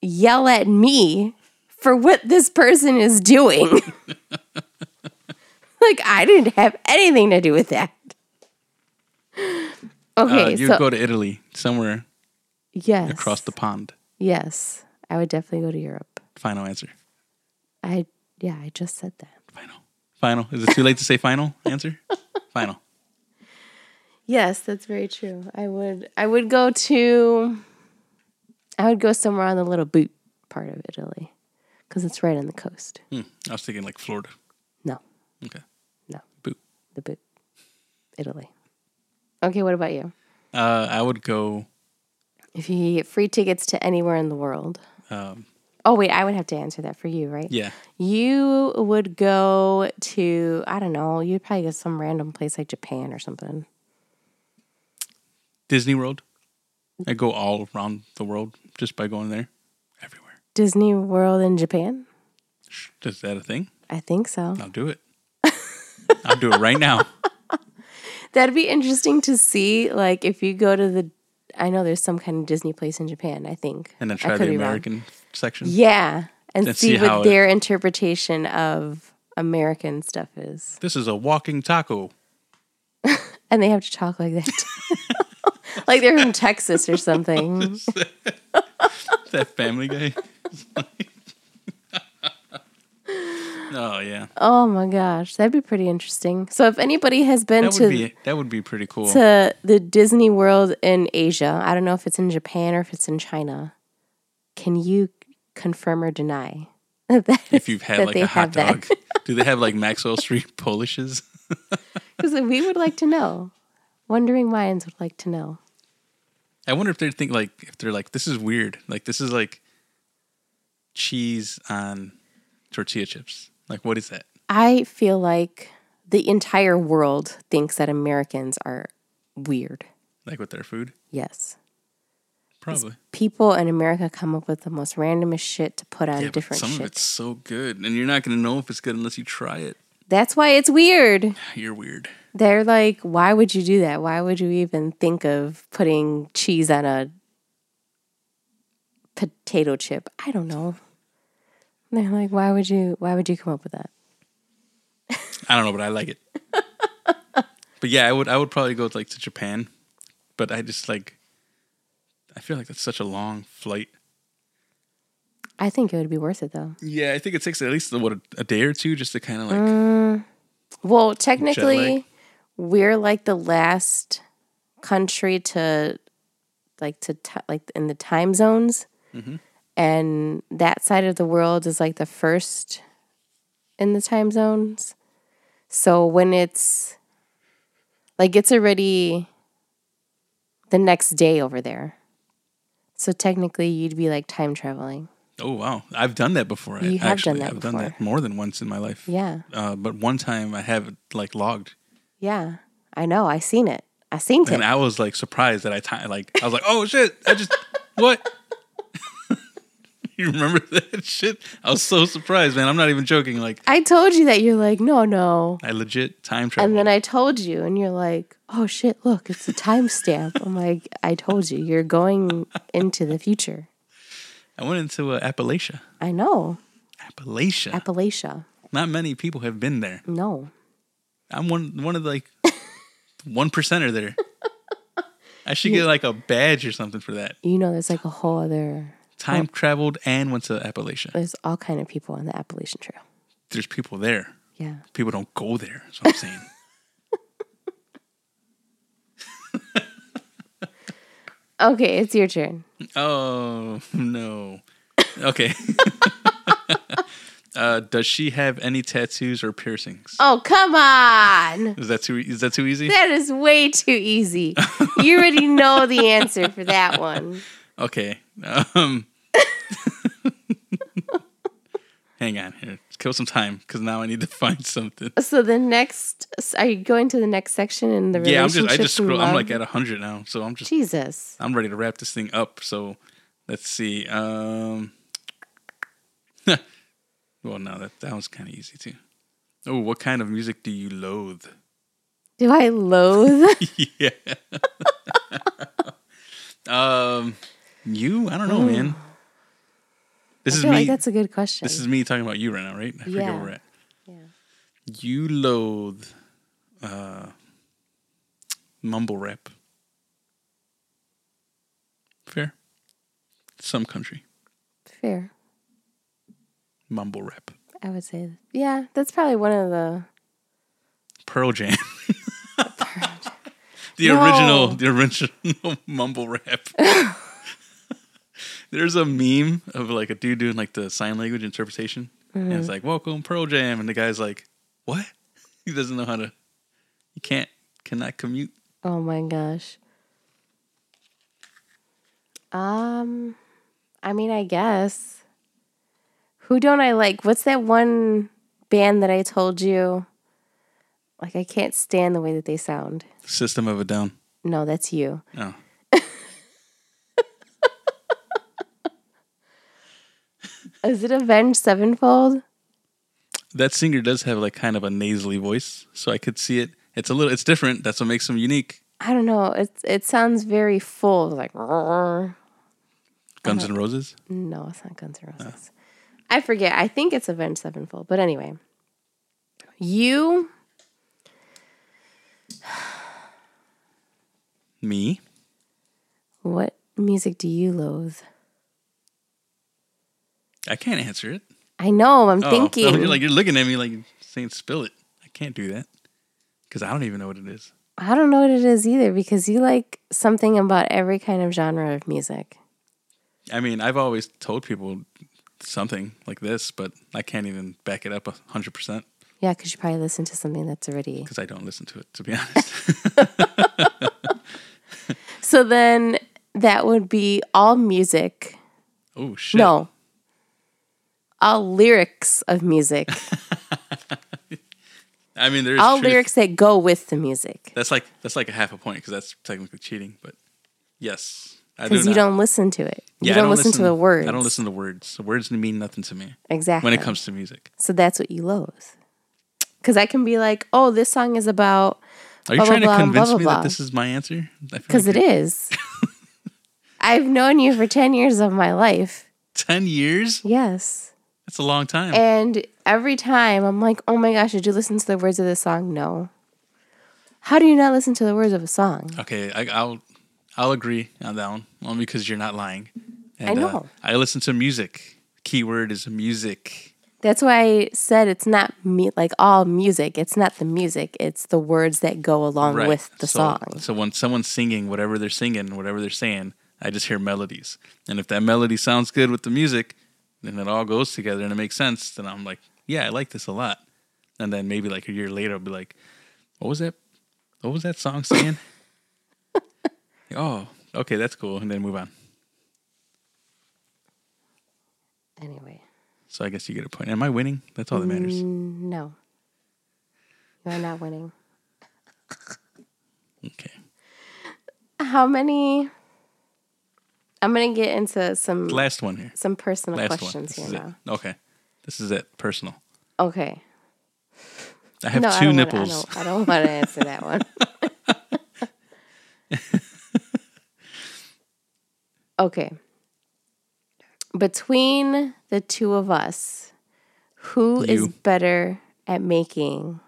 yell at me for what this person is doing. like I didn't have anything to do with that.
Uh,
Okay,
you
so
go to Italy, somewhere
yes,
across the pond.
Yes, I would definitely go to Europe.
Final answer.
I yeah, I just said that.
Final. Final. Is it too late to say final answer? Final.
Yes, that's very true. I would I would go to I would go somewhere on the little boot part of Italy cuz it's right on the coast.
Hmm. I was thinking like Florida.
No,
Okay.
no,
Boo.
the boot. Italy. Okay, what about you?
Uh, I would go.
If you get free tickets to anywhere in the world.
Um,
Oh wait, I would have to answer that for you, right?
yeah.
You would go to I don't know, you'd probably go some random place like Japan or something.
Disney World. I go all around the world just by going there, everywhere.
Disney World in Japan?
Sh- Is that a thing?
I think so.
I'll do it. I'll do it right now.
That'd be interesting to see. Like, if you go to the, I know there's some kind of Disney place in Japan. I think,
And then
I
try
could
the
be wrong.
American section.
Yeah, and
Let's
see,
see how
what
it-
their interpretation of American stuff is.
This is a walking taco.
And they have to talk like that, like they're from Texas or something.
That Family Guy. oh yeah,
Oh my gosh, that'd be pretty interesting. So, if anybody has been
that would
to
be that would be pretty cool.
to the Disney World in Asia, I don't know if it's in Japan or if it's in China. Can you confirm or deny that
if you've had
that
like
they
a hot
have that.
dog, do they have like Maxwell Street Polishes?
Because we would like to know. Wondering Mayans would like to know.
I wonder if they think like if they're like this is weird. Like this is like cheese on tortilla chips. Like what is that?
I feel like the entire world thinks that Americans are weird.
Like with their food?
Yes.
Probably.
People in America come up with the most randomest shit to put on
Yeah, but
different
some
shit.
of it's so good, and you're not gonna know if it's good unless you try it.
That's why it's weird.
You're weird.
They're like, why would you do that? Why would you even think of putting cheese on a potato chip? I don't know. They're like, why would you why would you come up with that?
I don't know, but I like it. but yeah, I would I would probably go like to Japan, but I just like I feel like that's such a long flight.
I think it would be worth it though.
Yeah, I think it takes at least what a, a day or two just to kind of
Mm.
like
Well, technically,
lag.
we're like the last country to like to ti like in the time zones,
Mm-hmm.
and that side of the world is like the first in the time zones. So when it's like it's already the next day over there. So technically, you'd be like time traveling.
oh wow, I've done that before.
You
I,
have done
actually,
that
I've done that
before.
more than once in my life.
Yeah,
Uh, but one time I have it like logged,
yeah. I know. I seen it. I seen it.
and I was like surprised that I ti like I was like, oh shit, I just what? you remember that shit? I was so surprised, man. I'm not even joking. Like
I told you that you're like, no, no.
I legit time travel.
And then I told you, and you're like, oh shit, look, it's a timestamp. I'm like, I told you, you're going into the future.
I went into uh, Appalachia.
I know.
Appalachia.
Appalachia.
Not many people have been there.
No.
I'm one one of the, like one percenter there. I should get like a badge or something for that.
You know, there's like a whole other,
Time traveled and went to Appalachia.
there's all kind of people on the Appalachian Trail.
There's people there.
Yeah.
People don't go there. That's what I'm saying.
Okay, it's your turn.
oh no. Okay. uh, does she have any tattoos or piercings?
Oh, come on.
Is that too? Is that too easy?
That is way too easy. You already know the answer for that one.
Okay. Um, hang on here. kill some time because now I need to find something.
So the next, are you going to the next section in the
Yeah, I'm
relationships
just I just
and
scroll. I'm
love?
like at hundred now, so I'm just
Jesus.
I'm ready to wrap this thing up. So let's see. Um, well, no, that that was kind of easy too. Oh, what kind of music do you loathe?
Do I loathe?
yeah. um, you? I don't know, man. This
Hmm. I
is
feel
me.
like that's a good question.
This is me talking about you right now, right? I forget
Yeah.
where we're at.
Yeah.
You loathe uh, mumble rap. Fair. Some country.
fair.
Mumble rap.
I would say, yeah, that's probably one of the.
Pearl Jam. the
No.
original the original mumble rap. There's a meme of like a dude doing like the sign language interpretation. And it's like, welcome Pearl Jam. And the guy's like, What? He doesn't know how to you can't cannot commute.
Oh my gosh. Um, I mean, I guess. Who don't I like? What's that one band that I told you? Like, I can't stand the way that they sound.
System of a down.
No, that's you.
Oh.
Is it Avenged Sevenfold?
That singer does have like kind of a nasally voice. So I could see it. It's a little it's different. That's what makes him unique.
I don't know. It it sounds very full, like "Rrrr."
Guns N' Roses.
no, it's not Guns N' Roses. I forget. I think it's Avenged Sevenfold, but anyway, you
Me.
What music do you loathe?
I can't answer it.
I know, I'm
Oh,
thinking.
You're like you're looking at me like saying spill it. I can't do that because I don't even know what it is.
I don't know what it is either because you like something about every kind of genre of music.
I mean, I've always told people something like this, but I can't even back it up a hundred percent
Yeah, because you probably listen to something that's already.
because I don't listen to it. To be honest,
So then that would be all music.
oh shit,
No. All lyrics of music.
I mean, there's
all
truth.
lyrics that go with the music.
That's like that's like a half a point because that's technically cheating. But yes, I do
Because you
not-
don't listen to it.
Yeah,
you
I
don't, listen, to the words.
I don't listen to words. The words mean nothing to me
Exactly.
when it comes to music.
So that's what you loathe. Because I can be like, oh, this song is about
Are you
Blah, blah,
trying
blah,
to
blah,
convince
blah,
me
blah.
that this is my answer? I feel
Because
like
it
you're-
is. I've known you for 10 years of my life.
ten years.
Yes.
That's a long time.
And every time I'm like, oh my gosh, did you listen to the words of this song? No. How do you not listen to the words of a song?
Okay, I, I'll I'll agree on that one only because you're not lying. And,
I
uh,
know.
I listen to music. Keyword is music.
That's why I said it's not me- like all music. It's not the music, it's the words that go along with the
so,
song.
So when someone's singing whatever they're singing, whatever they're saying, I just hear melodies. And if that melody sounds good with the music, then it all goes together and it makes sense. Then I'm like, yeah, I like this a lot. And then maybe like a year later, I'll be like, what was that? What was that song saying? oh, okay, that's cool. And then move on.
Anyway,
So I guess you get a point. Am I winning? That's all that matters.
no. You are not winning.
Okay.
How many? I'm going to get into some
Last one here.
some personal
Last one.
questions
This is
here
it.
now.
Okay. This is it. Personal.
Okay.
I have
no, I
two
don't
nipples.
Wanna, I don't, I don't want to answer that one. okay. Between the two of us, who is
You.
better at making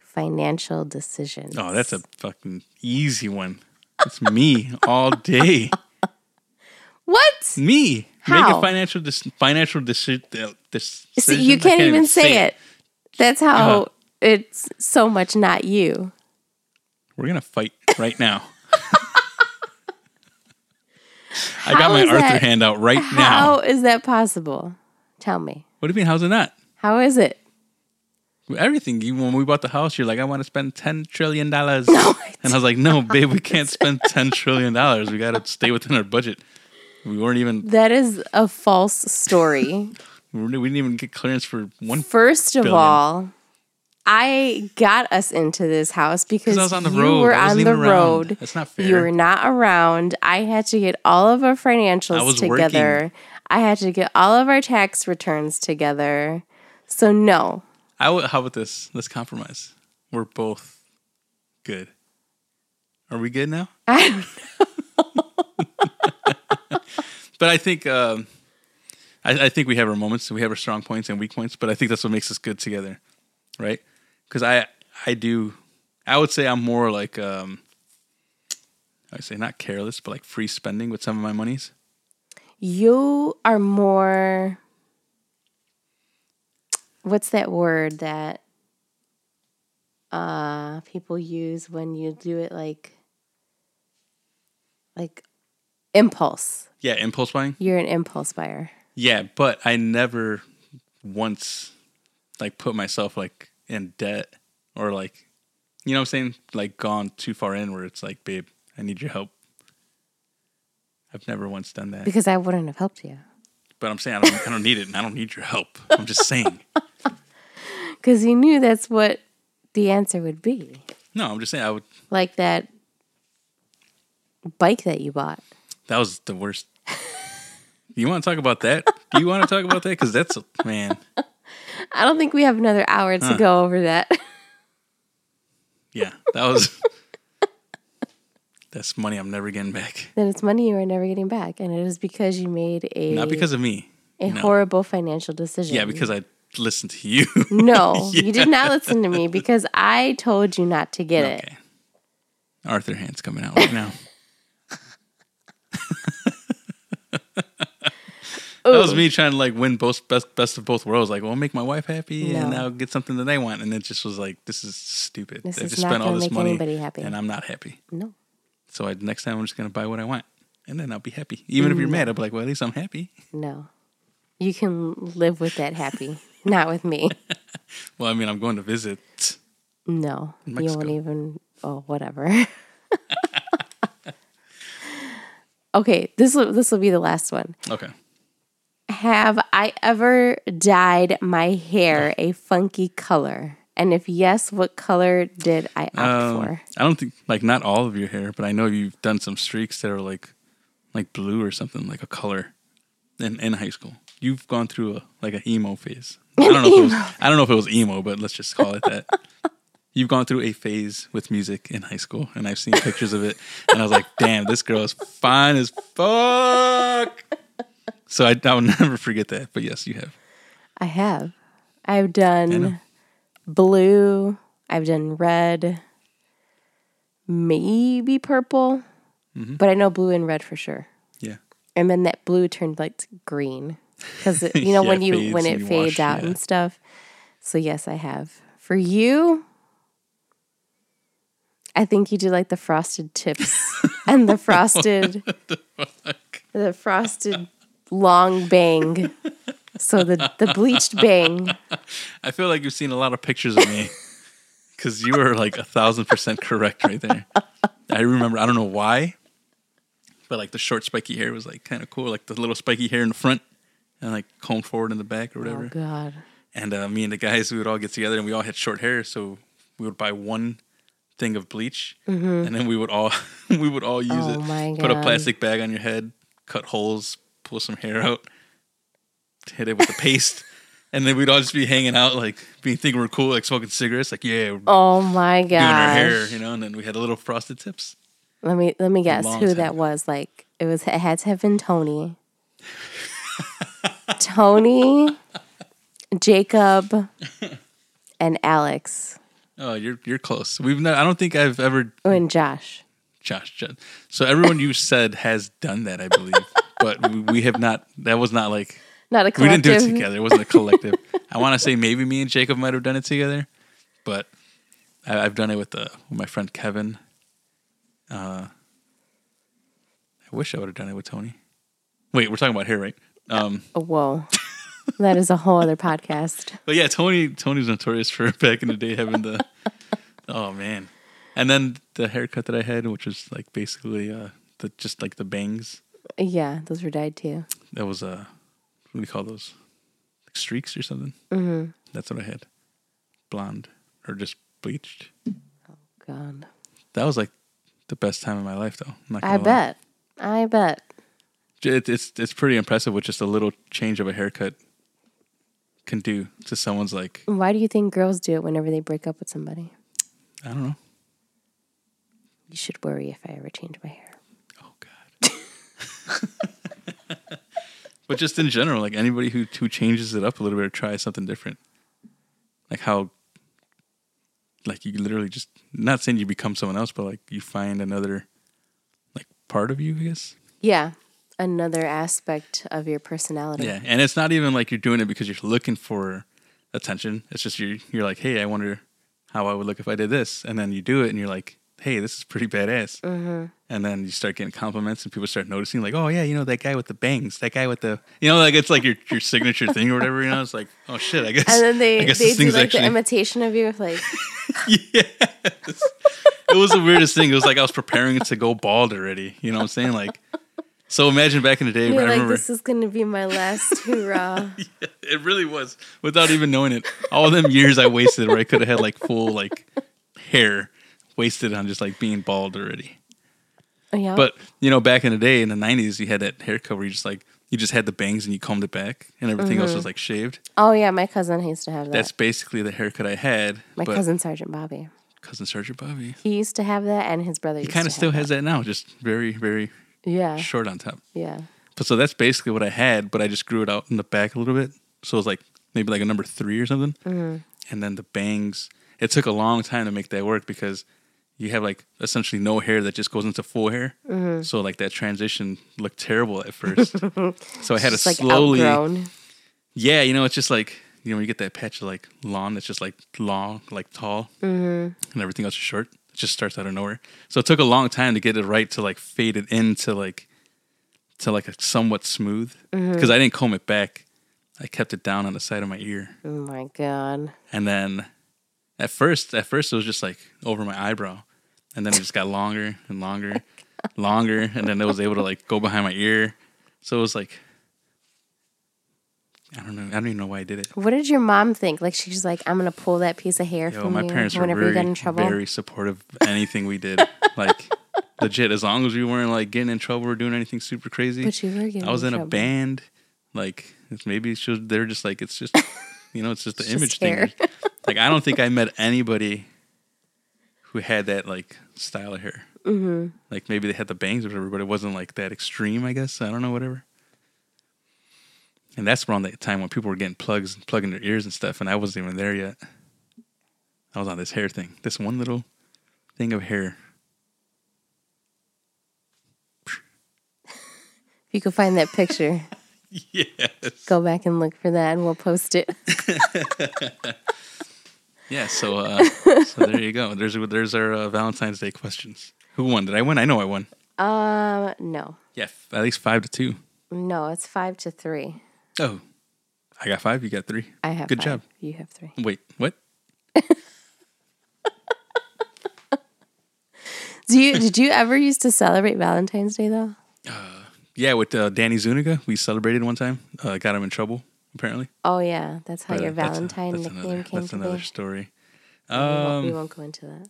financial decisions?
Oh, that's a fucking easy one. It's me all day.
What?
Me
How?
making financial dec- financial deci- uh, dec-
So
decision.
you
I
can't, even, say it. That's
Uh-huh.
how it's so much not you.
We're gonna fight right now. I
How
got my
is
Arthur
that-
hand out right
How
now.
is that possible? Tell me.
What do you mean? How's it not?
How is it?
Everything. You, when we bought the house, you're like, I want to spend ten trillion dollars.
I
and I was like, No, babe, we can't spend ten trillion dollars. We got to stay within our budget. We weren't even
That is a false story.
We didn't even get clearance for one.
First of
Billion.
all, I got us into this house because
I was on the
you
road.
were
I wasn't
on the
even around.
road.
That's not
You
fair.
were not around. I had to get all of our financials
I was
together.
working.
I had to get all of our tax returns together. So no,
I would, how about this? Let's compromise. We're both good. Are we good now?
I don't
But I think um, I, I think we have our moments. We have our strong points and weak points. But I think that's what makes us good together, right? Because I I do I would say I'm more like um, I would say not careless, but like free spending with some of my monies.
You are more. What's that word that uh, people use when you do it like, like impulse?
Yeah, impulse buying.
You're an impulse buyer.
Yeah, but I never once like put myself like in debt or like you know what I'm saying? Like gone too far in where it's like, babe, I need your help. I've never once done that.
Because I wouldn't have helped you.
But I'm saying I don't I don't need it and I don't need your help. I'm just saying.
Because you knew that's what the answer would be.
No, I'm just saying I would
Like that bike that you bought.
that was the worst. You want to talk about that? Do you want to talk about that? Because that's man,
I don't think we have another hour to go over that.
yeah, that was that's money I'm never getting back.
then it's money you are never getting back. And it is because you made a.
Not because of me.
a
No.
horrible financial decision.
Yeah, because I listened to you.
no, you did not listen to me because I told you not to get it.
okay. Arthur Hand's coming out right now. that was me trying to like win both best best of both worlds. Like, well, make my wife happy, and
No.
I'll get something that they want. And it just was like, this is stupid.
This
I
is
just
not
spent all
gonna
this
make
money,
anybody happy.
and I'm not happy.
No,
So I, next time, I'm just gonna buy what I want, and then I'll be happy. Even
Mm.
if you're mad, I'll be like, well, at least I'm happy.
no, you can live with that happy, not with me.
Well, I mean, I'm going to visit.
No, you
Mexico.
won't even. Oh, whatever. okay, this will this will be the last one.
Okay,
Have I ever dyed my hair a funky color? And if yes, what color did I opt
Um,
for?
I don't think like not all of your hair, but I know you've done some streaks that are like like blue or something, like a color. In in high school, you've gone through a like an emo phase. I don't know. If it was, I don't know if it was emo, but let's just call it that. You've gone through a phase with music in high school, and I've seen pictures of it, and I was like, "Damn, this girl is fine as fuck." So I, I will never forget that. But yes, you have.
I have. I've done blue. I've done red. Maybe purple. But I know blue and red for sure.
Yeah,
And then that blue turned like green because you know
Yeah,
when
it
you
fades
when
and
it
you
fades
wash,
out
yeah.
and stuff. So yes, I have. For you, I think you did like the frosted tips and the frosted the frosted long bang. So the the bleached bang.
I feel like you've seen a lot of pictures of me because you were like a thousand percent correct right there. I remember, I don't know why, but like the short spiky hair was like kind of cool, like the little spiky hair in the front and like combed forward in the back or
Oh
whatever.
God.
and uh, me and the guys, we would all get together and we all had short hair, so we would buy one thing of bleach and then we would all we would all use
Mm-hmm. Oh
it.
my
Put a
God.
plastic bag on your head, cut holes, pull some hair out, hit it with the paste. And then we'd all just be hanging out, like being thinking we're cool, like smoking cigarettes, like yeah, we're
Oh my
doing our hair,
gosh.
you know. And then we had a little frosted tips.
Let me let me guess
long
who
time
that
ago.
was. Like it was it had to have been Tony. Tony, Jacob, and Alex.
Oh, you're you're close. We've not, I don't think I've ever
Oh, and Josh.
Josh, Josh. So everyone you said has done that, I believe, but we, we have not. That was not like
Not a
we didn't do
collective.
it together. It wasn't a collective. I want to say maybe me and Jacob might have done it together, but I, I've done it with, uh, with my friend Kevin. Uh, I wish I would have done it with Tony. Wait, we're talking about hair, right? Um,
Oh, whoa. That is a whole other podcast.
but yeah, Tony. Tony's notorious for back in the day having the. oh man, and then the haircut that I had, which was like basically uh, the just like the bangs.
Yeah, those were dyed too.
That was uh, what do you call those? streaks or something.
Mm-hmm.
That's what I had. Blonde or just bleached.
God.
That was like the best time of my life, though. I'm not
I
gonna lie.
bet. I bet.
It, it's it's pretty impressive what just a little change of a haircut can do to someone's like
Why do you think girls do it whenever they break up with somebody?
I don't know.
You should worry if I ever change my hair.
Oh God. but just in general, like anybody who who changes it up a little bit or tries something different, like how, like you literally just not saying you become someone else, but like you find another, like part of you, I guess.
Yeah. Another aspect of your personality.
Yeah, and it's not even like you're doing it because you're looking for attention. It's just you're you're like, hey, I wonder how I would look if I did this, and then you do it, and you're like, hey, this is pretty badass. Mm-hmm. And then you start getting compliments, and people start noticing, like, oh yeah, you know that guy with the bangs, that guy with the, you know, like it's like your your signature thing or whatever. You know, it's like, oh shit, I guess.
And then they,
I guess
they
this
do
thing's
like the
actually-
imitation of you, like
it was the weirdest thing. It was like I was preparing to go bald already. You know what I'm saying? Like, so imagine back in the day.
you're
when I
like
remember,
this is gonna be my last hurrah.
It really was without even knowing it. All them years I wasted where I could have had like full like hair wasted on just like being bald already.
yeah.
But you know, back in the day in the nineties, you had that haircut where you just like you just had the bangs and you combed it back, and everything else was like shaved.
oh yeah, my cousin used to have that.
That's basically the haircut I had.
my
but
cousin Sergeant Bobby.
cousin Sergeant Bobby,
He used to have that, and his brother.
he kind of still has that now, just very very
Yeah.
short on top.
Yeah.
But so that's basically what I had, but I just grew it out in the back a little bit. So it was like maybe like a number three or something. And then the bangs, it took a long time to make that work because you have like essentially no hair that just goes into full hair. So like that transition looked terrible at first. so I had to
It's like
slowly,
outgrown.
yeah, you know, it's just like, you know, you get that patch of like lawn that's just like long, like tall, and everything else is short. It just starts out of nowhere. So it took a long time to get it right to like fade it into like to like a somewhat smooth because I didn't comb it back. I kept it down on the side of my ear,
Oh my god.
and then at first, at first it was just like over my eyebrow, and then it just got longer and longer, longer, and then it was able to like go behind my ear. So it was like, I don't know, I don't even know why I did it.
What did your mom think? Like she's like, I'm gonna pull that piece of hair
Yo,
from
my
you
parents were
whenever
very,
you get in trouble.
very supportive of anything we did. like legit, as long as we weren't like getting in trouble or doing anything super crazy.
But you were getting
I was
in
in, a
trouble.
band. Like it's- maybe it's just, they're just like it's just you know it's just the
just
image
hair.
thing. Like I don't think I met anybody who had that like style of hair. Mm-hmm. Like maybe they had the bangs or whatever, but it wasn't like that extreme. I guess I don't know whatever. And that's around the time when people were getting plugs, plugging their ears and stuff, and I wasn't even there yet. I was on this hair thing, this one little thing of hair.
If you could find that picture,
Yes.
go back and look for that, and we'll post it.
Yeah, so uh, so there you go. There's there's our uh, Valentine's Day questions. Who won? Did I win? I know I won.
Um, no,
Yeah, f- at least five to two.
no, it's five to three.
Oh, I got five. You got three.
I have
Good
five. You have three.
job. Wait, what?
Do you did you ever used to celebrate Valentine's Day though?
Yeah, with uh, Danny Zuniga, we celebrated one time. Uh, got him in trouble apparently.
Oh yeah, that's how
But, uh,
your
that's a-
Valentine
that's
nickname
another,
came
That's
to
another um,
be.
story.
We won't- we won't go into that.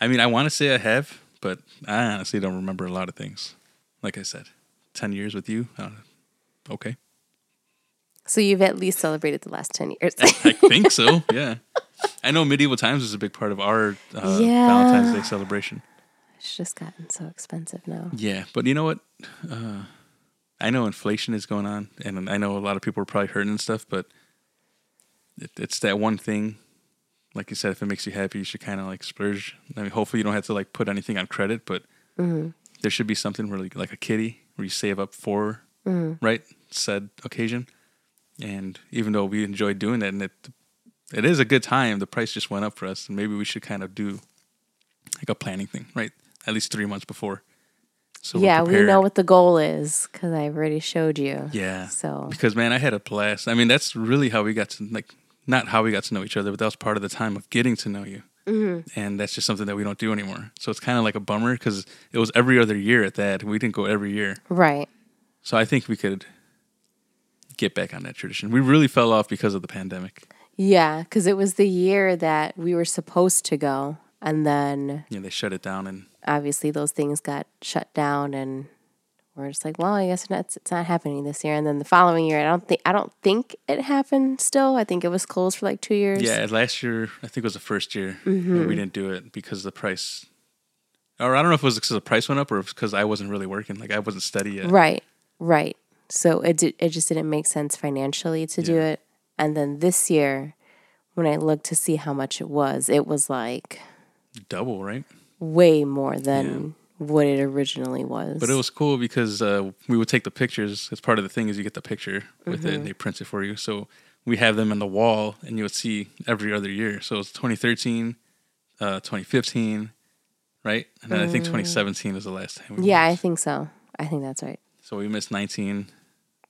I mean, I want to say I have, but I honestly don't remember a lot of things. Like I said, ten years with you. I don't know. Okay,
So you've at least celebrated the last ten years.
I think so. Yeah, I know medieval times was a big part of our uh,
Yeah.
Valentine's Day celebration.
it's just gotten so expensive now.
Yeah, but you know what? Uh, I know inflation is going on, and I know a lot of people are probably hurting and stuff. But it, it's that one thing, like you said, if it makes you happy, you should kind of like splurge. I mean, hopefully, you don't have to like put anything on credit, but
Mm-hmm.
there should be something really like a kitty where you save up for
Mm-hmm.
right said occasion. And even though we enjoy doing that, and it it is a good time, the price just went up for us, and maybe we should kind of do like a planning thing, right? At least three months before. So we're
yeah, we know
prepared.
what the goal is because I've already showed you.
Yeah.
So
because man, I had a blast. I mean, that's really how we got to like not how we got to know each other, but that was part of the time of getting to know you. Mm-hmm. And that's just something that we don't do anymore. So it's kind of like a bummer because it was every other year at that. We didn't go every year,
right.
so I think we could get back on that tradition. We really fell off because of the pandemic.
Yeah, because it was the year that we were supposed to go, and then
You know, they shut it down and
obviously those things got shut down, and we're just like, well, I guess it's it's not happening this year. And then the following year, I don't think I don't think it happened. Still, I think it was closed for like two years.
yeah, last year I think it was the first year that we didn't do it because the price. Or I don't know if it was because the price went up or because I wasn't really working. Like I wasn't steady yet.
Right, right. So it did, it just didn't make sense financially to do it. And then this year, when I looked to see how much it was, it was like
Double, right?
way more than what it originally was.
But it was cool because uh, we would take the pictures. As part of the thing is you get the picture with it,
Mm-hmm.
and they print it for you. So we have them on the wall, and you would see every other year. So it's 2013, uh, 2015, right? And then I think 2017 was the last time. We
Mm. yeah,
went.
I think so. I think that's right.
So we missed 19.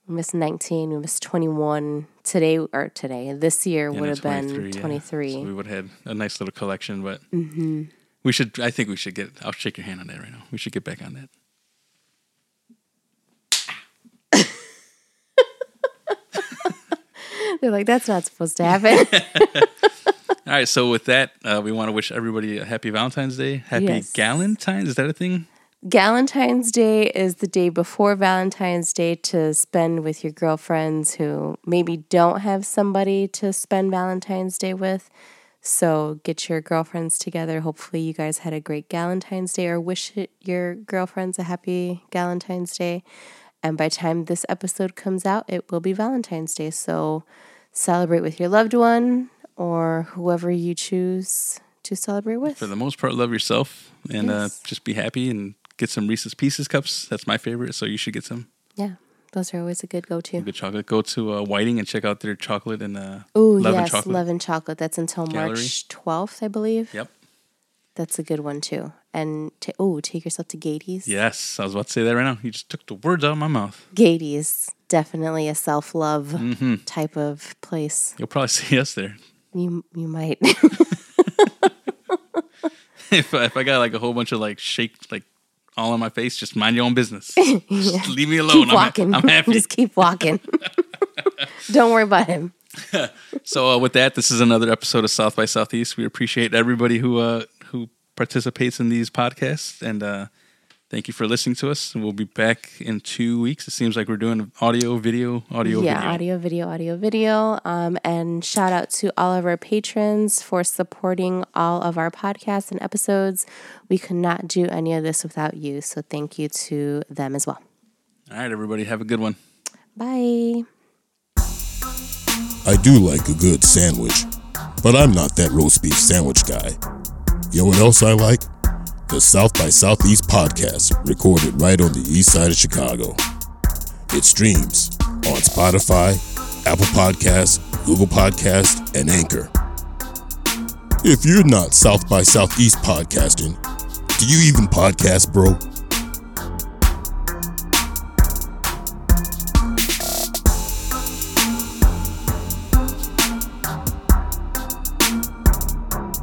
We missed 19, we missed 21. Today, or today, this year
and
would
then
have been
yeah.
23.
So we would have had a nice little collection, but
Mm-hmm.
we should. I think we should get. I'll shake your hand on that right now. We should get back on that.
They're like, that's not supposed to happen.
All right. So with that, uh, we want to wish everybody a happy Valentine's Day. Happy
Yes.
Galentine's. Is that a thing?
Galentine's Day is the day before Valentine's Day to spend with your girlfriends who maybe don't have somebody to spend Valentine's Day with. So get your girlfriends together. Hopefully, you guys had a great Galentine's Day or wish it- your girlfriends a happy Galentine's Day. And by the time this episode comes out, it will be Valentine's Day. So celebrate with your loved one or whoever you choose to celebrate with.
for the most part, love yourself and
Yes.
uh, just be happy and get some Reese's Pieces cups. That's my favorite, so you should get some
yeah, those are always a good go to.
good chocolate. Go to uh, Whiting and check out their chocolate and uh,
Oh
love
yes,
and chocolate.
Love and Chocolate. That's until
Gallery.
March twelfth, I believe.
Yep.
That's a good one too. And ta oh, take yourself to Gaties.
Yes, I was about to say that right now. You just took the words out of my mouth.
Gaties definitely a self love
Mm-hmm.
type of place.
You'll probably see us there.
You you might.
if, uh, if I got like a whole bunch of like shake like all on my face, just mind your own business. Just leave me alone. Oh, I'm,
keep
ha-
walking.
I'm happy.
Just keep walking. Don't worry about him.
So uh, with that, this is another episode of South by Southeast. We appreciate everybody who uh, who participates in these podcasts, and uh, thank you for listening to us. We'll be back in two weeks. It seems like we're doing audio, video, audio,
yeah,
video.
audio, video, audio, video. Um, and shout out to all of our patrons for supporting all of our podcasts and episodes. We could not do any of this without you. So thank you to them as well.
All right, everybody, have a good one.
Bye.
I do like a good sandwich, but I'm not that roast beef sandwich guy. You know what else I like? The South by Southeast podcast, recorded right on the east side of Chicago. It streams on Spotify, Apple Podcasts, Google Podcasts, and Anchor. If you're not South by Southeast podcasting, do you even podcast, bro?